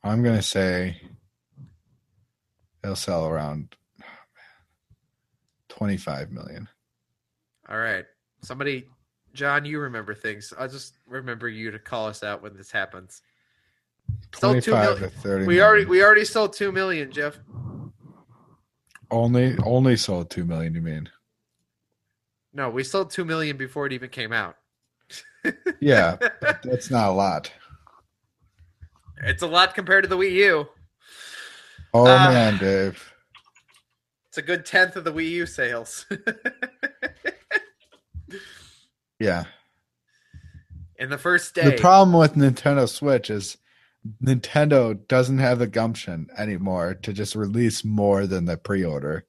I'm gonna say it'll sell around oh, man, 25 million.
All right. Somebody John, you remember things. I'll just remember you to call us out when this happens. Sold two
25
million.
to 30.
We already
million.
we already sold 2 million, Jeff.
only only sold two million. You mean?
No, we sold 2 million before it even came out. <laughs>
Yeah, but that's not a lot.
It's a lot compared to the Wii U.
Oh
Uh,
man, Dave.
It's a good tenth of the Wii U sales.
Yeah.
In the first day.
The problem with Nintendo Switch is Nintendo doesn't have the gumption anymore to just release more than the pre-order.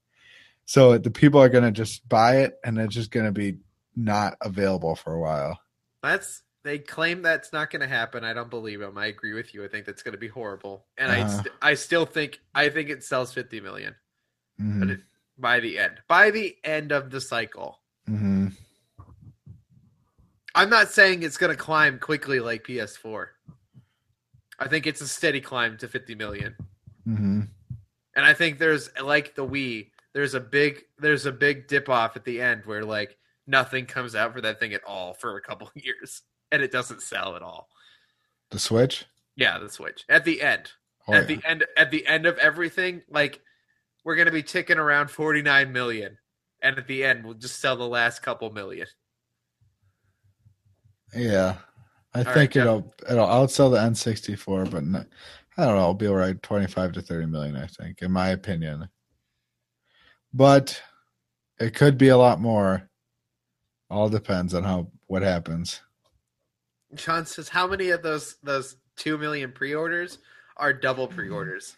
So the people are going to just buy it and it's just going to be not available for a while.
that's they claim that's not going to happen. I don't believe them. I agree with you. I think that's going to be horrible. And I
Uh-huh.
st- I still think I think it sells 50 million
Mhm,
it- by the end. By the end of the cycle.
mhm.
I'm not saying it's going to climb quickly like PS4. I think it's a steady climb to 50 million.
hmm
And I think there's like the Wii, there's a big there's a big dip off at the end where like nothing comes out for that thing at all for a couple <laughs> of years and it doesn't sell at all.
The Switch?
Yeah, the Switch. At the end.
Oh,
at
yeah.
the end at the end of everything, like we're going to be ticking around 49 million and at the end we'll just sell the last couple million.
Yeah. I
right,
think
Jeff.
it'll it'll outsell the N64, but not, I don't know. It'll be right 25 to 30 million, I think, in my opinion. But it could be a lot more. All depends on how what happens.
John says how many of those those 2 million pre-orders are double pre-orders?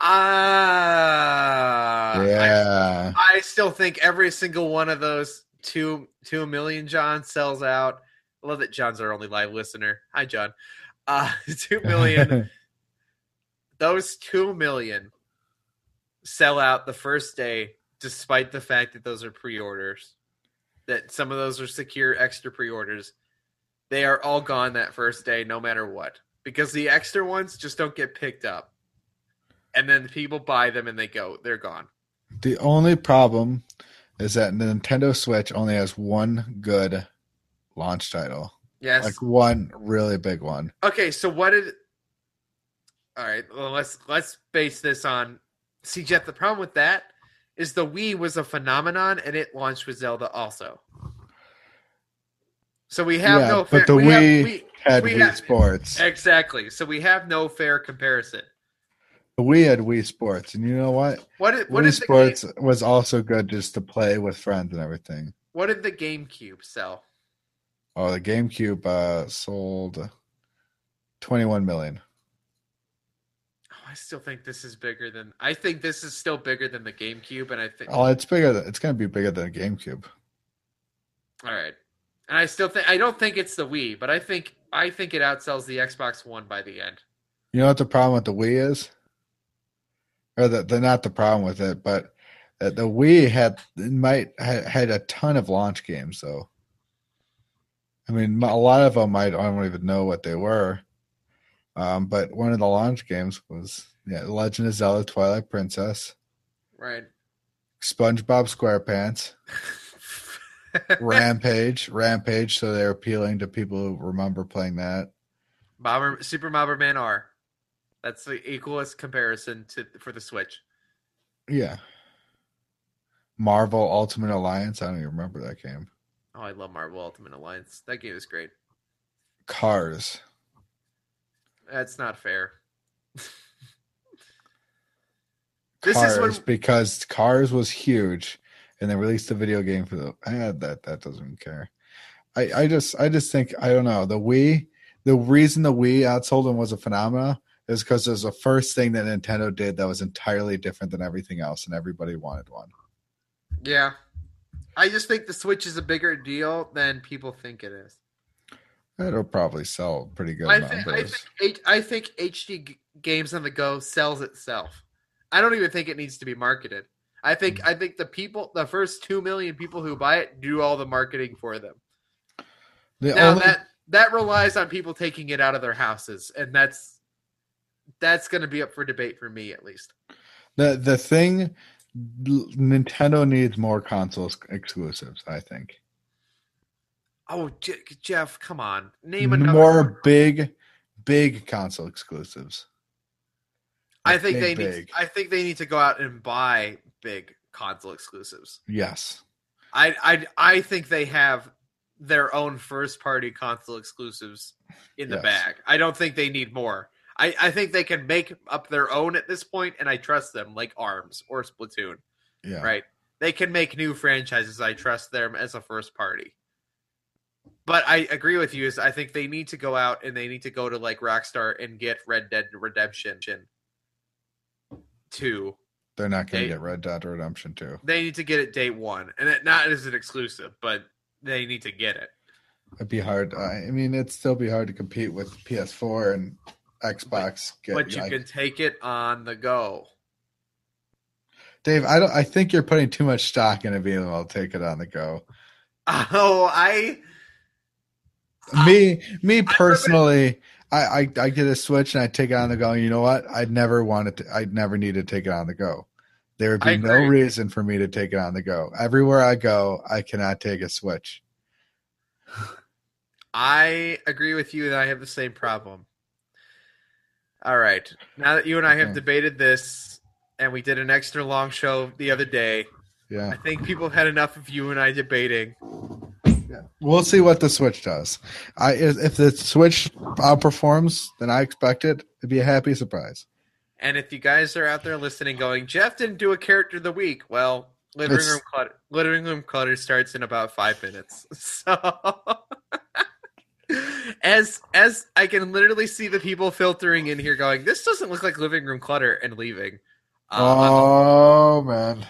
Ah, I
yeah.
I still think every single one of those two two million John sells out. I love that John's our only live listener. Hi, John. Uh, <laughs> two <laughs>
<laughs>
million. those two million sell out the first day, despite the fact that those are pre-orders. That some of those are secure extra pre-orders. They are all gone that first day, no matter what, because the extra ones just don't get picked up, and then people buy them and they go. They're gone.
the only problem is that Nintendo Switch only has one good launch title.
Yes.
Like one really big one.
Okay, so what did? All right, well, let's let's base this on. See, Jeff, the problem with that is the Wii was a phenomenon, and it launched with Zelda also. So we have
Yeah,
no.
but the
we have-
Wii
we-
Had
We
Wii
have- <laughs>
Sports.
exactly. So we have no fair comparison.
We had Wii Sports, and you know what?
What did what
Wii
did the game,
Sports was also good just to play with friends and everything.
what did the GameCube sell?
Oh, the GameCube uh, sold 21 million.
Oh, I still think this is bigger than. I think this is still bigger than the GameCube, and I think.
Oh, it's bigger. Than, it's going to be bigger than the GameCube.
All right. And I still think I don't think it's the Wii, but I think I think it outsells the Xbox One by the end.
You know what the problem with the Wii is? Or the, the not the problem with it, but that the Wii had it might had, had a ton of launch games though. I mean, a lot of them I don't, I don't even know what they were. Um, but one of the launch games was yeah, Legend of Zelda: Twilight Princess,
<laughs> Right.
SpongeBob SquarePants, Rampage, Rampage. So they're appealing to people who remember playing that.
Bomber Super Bomberman R. That's the equalest comparison to for the Switch.
Yeah. Marvel Ultimate Alliance. I don't even remember that game.
Oh, I love Marvel Ultimate Alliance. That game is great.
Cars.
That's not fair. <laughs> This is
Cars
when-
because Cars was huge, and they released a video game for the. Ah, that that doesn't care. I I just I just think I don't know the Wii. The reason the Wii outsold them was a phenomena is because it was the first thing that Nintendo did that was entirely different than everything else, and everybody wanted one.
Yeah. I just think the Switch is a bigger deal than people think it is.
It'll probably sell pretty good
I think, I,
numbers.
think, H- I think HD g- games on the go sells itself. I don't even think it needs to be marketed. I think
Hmm.
I think the people, the first two million people who buy it, do all the marketing for them.
the
now
only,
that that relies on people taking it out of their houses, and that's that's going to be up for debate for me at least.
the the thing Nintendo needs more consoles exclusives. I think.
Oh, J- Jeff, come on, name another.
more
one.
big, big console exclusives.
I think
big,
they need.
big.
I think they need to go out and buy big console exclusives.
Yes,
I I I think they have their own first party console exclusives in the
Yes.
bag. I don't think they need more. I, I think they can make up their own at this point, and I trust them, like Arms or Splatoon,
yeah,
right? They can make new franchises. I trust them as a first party. But I agree with you. Is I think they need to go out and they need to go to like Rockstar and get Red Dead Redemption two
They're not going
They-
to get Red Dead Redemption two.
they need to get it day one, and it not as an exclusive, but they need to get it.
It'd be hard. I I mean, it'd still be hard to compete with PS4 and Xbox. Get,
but you
like-
can take it on the go. <laughs>
Dave, I don't. I think you're putting too much stock into being able to take it on the go.
Oh, I <gasps>
me, me personally, I, I I get a Switch and I take it on the go. And you know what? I'd never wanted to. I'd never need to take it on the go. There would
I
be no
agree.
reason for me to take it on the go. Everywhere I go, I cannot take a Switch.
I agree with you, and I have the same problem. All right, now that you and I have
Okay.
debated this, and we did an extra long show the other day, I
Yeah.
think people had enough of you and I debating.
We'll see what the Switch does. I if if the Switch outperforms than I expected, it'd be a happy surprise.
And if you guys are out there listening, going, Jeff didn't do a character of the week. Well, living
It's-
room clutter, living room clutter starts in about five minutes. <laughs> So, as as I can literally see the people filtering in here, going, this doesn't look like living room clutter, and leaving. Uh,
oh man.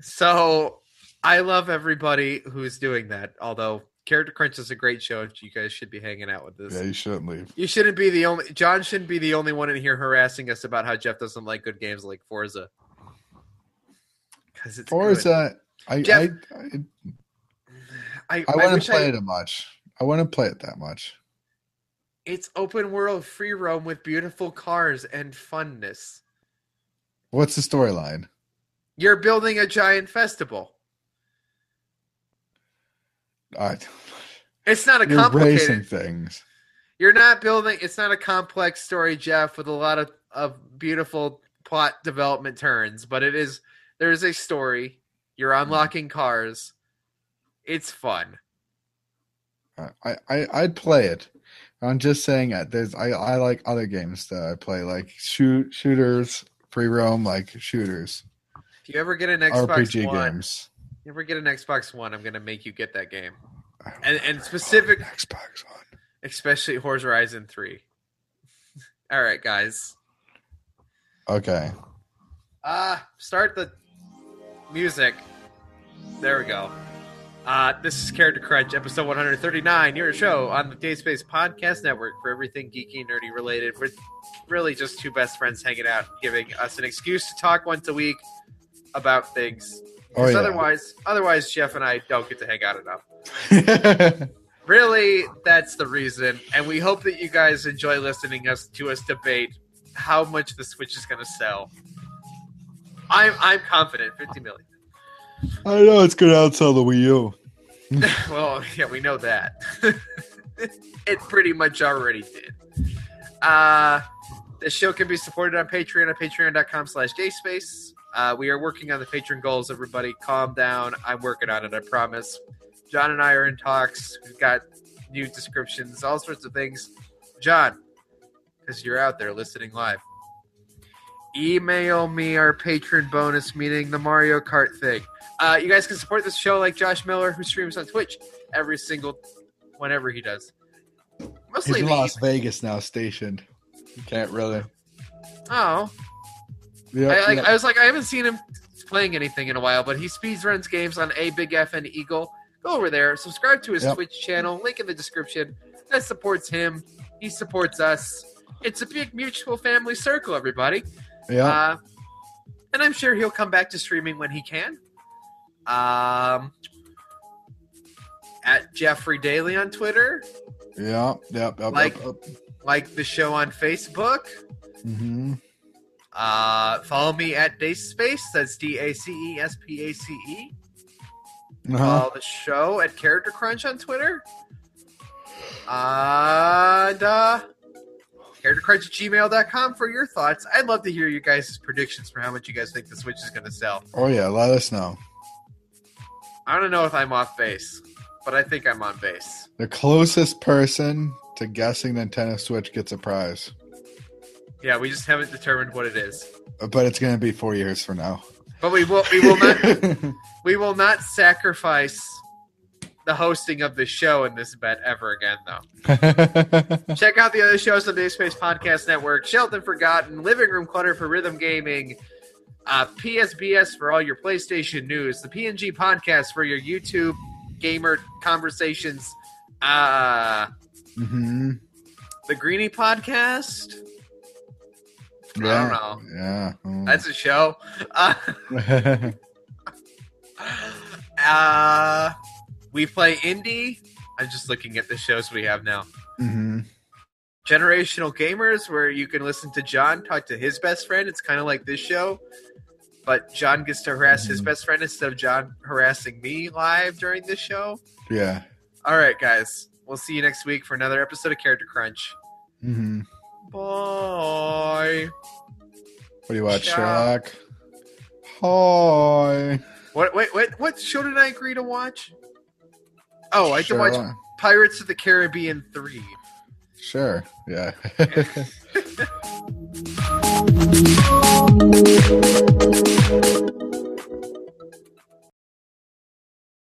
So, I love everybody who's doing that. Although Character Crunch is a great show, and you guys should be hanging out with us.
Yeah, you shouldn't leave.
You shouldn't be the only John shouldn't be the only one in here harassing us about how Jeff doesn't like good games like Forza. Because it's good.
Forza I,
Jeff-
I I
I, I,
I wouldn't
wish
play
I,
it much. I wouldn't play it that much.
It's open world free roam with beautiful cars and funness.
What's the storyline?
You're building a giant festival.
I
It's not a
you're racing
complicated.
things.
You're not building. It's not a complex story, Jeff, with a lot of of beautiful plot development turns. But it is there is a story. You're
Mm-hmm.
unlocking cars. It's fun.
Uh, I, I I'd play it. I'm just saying that there's I, I like other games that I play, like shoot shooters, free roam, like shooters,
If you ever get an Xbox
RPG
One,
games.
you ever get an Xbox One, I'm gonna make you get that game, and and specific,
<sighs> Xbox One.
especially Horse Horizon Three. <laughs> All right, guys,
Okay.
uh, start the music. There we go. Uh, this is Character Crunch, episode 139. Your show on the Day Space Podcast Network for everything geeky and nerdy related. We're really just two best friends hanging out, giving us an excuse to talk once a week about things.
Oh,
Because
yeah.
otherwise, otherwise, Jeff and I don't get to hang out enough. really that's the reason and we hope that you guys enjoy listening us to us debate how much the switch is going to sell i'm i'm confident 50 million
<laughs>
<laughs>
I know it's gonna outsell the Wii U.
well yeah we know that <laughs> it pretty much already did uh the show can be supported on patreon at patreon.com slash dayspace uh, we are working on the patron goals everybody calm down i'm working on it i promise john and i are in talks we've got new descriptions, all sorts of things. John, because you're out there listening live, email me our patron bonus, meaning the Mario Kart thing. Uh, you guys can support this show like Josh Miller, who streams on Twitch every single whenever he does.
He's
Mostly
in
in the
Las Vegas now, stationed. You can't really.
evening. Oh,
Yeah,
I, like,
yeah.
I was like, I haven't seen him playing anything in a while, but he speeds runs games on a big F and Eagle. Go over there, subscribe to his
Yep.
Twitch channel, link in the description. That supports him. He supports us. It's a big mutual family circle, everybody.
yeah.
Uh, and I'm sure he'll come back to streaming when he can. Um, at Jeffrey Daly on Twitter,
yeah, yep, yep,
like-
yep, yep.
like the show on Facebook.
Mhm.
Uh, follow me at Dayspace. That's D A C E S P A C E.
Uh-huh.
follow the show at Character Crunch on Twitter. And uh, charactercrunch at gmail.com for your thoughts. I'd love to hear you guys' predictions for how much you guys think the Switch is going to sell.
Oh yeah, let us know.
I don't know if I'm off base, but I think I'm on base.
The closest person to guessing Nintendo Switch gets a prize,
Yeah, we just haven't determined what it is.
but it's gonna be four years from now. Mm-hmm.
But we will we will
<laughs>
not we will not sacrifice the hosting of the show in this bet ever again though. Check out the other shows on the Space Podcast Network Shelton Forgotten, Living Room Clutter for Rhythm Gaming, uh, PSBS for all your PlayStation news, the PNG Podcast for your YouTube gamer conversations, uh,
hmm
the Greenie Podcast.
Yeah.
I don't know.
Yeah. mm. <laughs>
That's a show. <laughs> Uh, uh, we play indie. I'm just looking at the shows we have now.
Mhm.
Generational Gamers, where you can listen to John talk to his best friend. It's kind of like this show, but John gets to harass his
Mhm.
best friend instead of John harassing me live during this show.
Yeah.
All right, guys. We'll see you next week for another episode of Character Crunch.
hmm
Bye.
What do you watch,
Sherlock.
Sherlock? Hi.
What? Wait, wait. What show did I agree to watch? Oh, I can watch
Sherlock.
Pirates of the Caribbean three.
Sure. Yeah.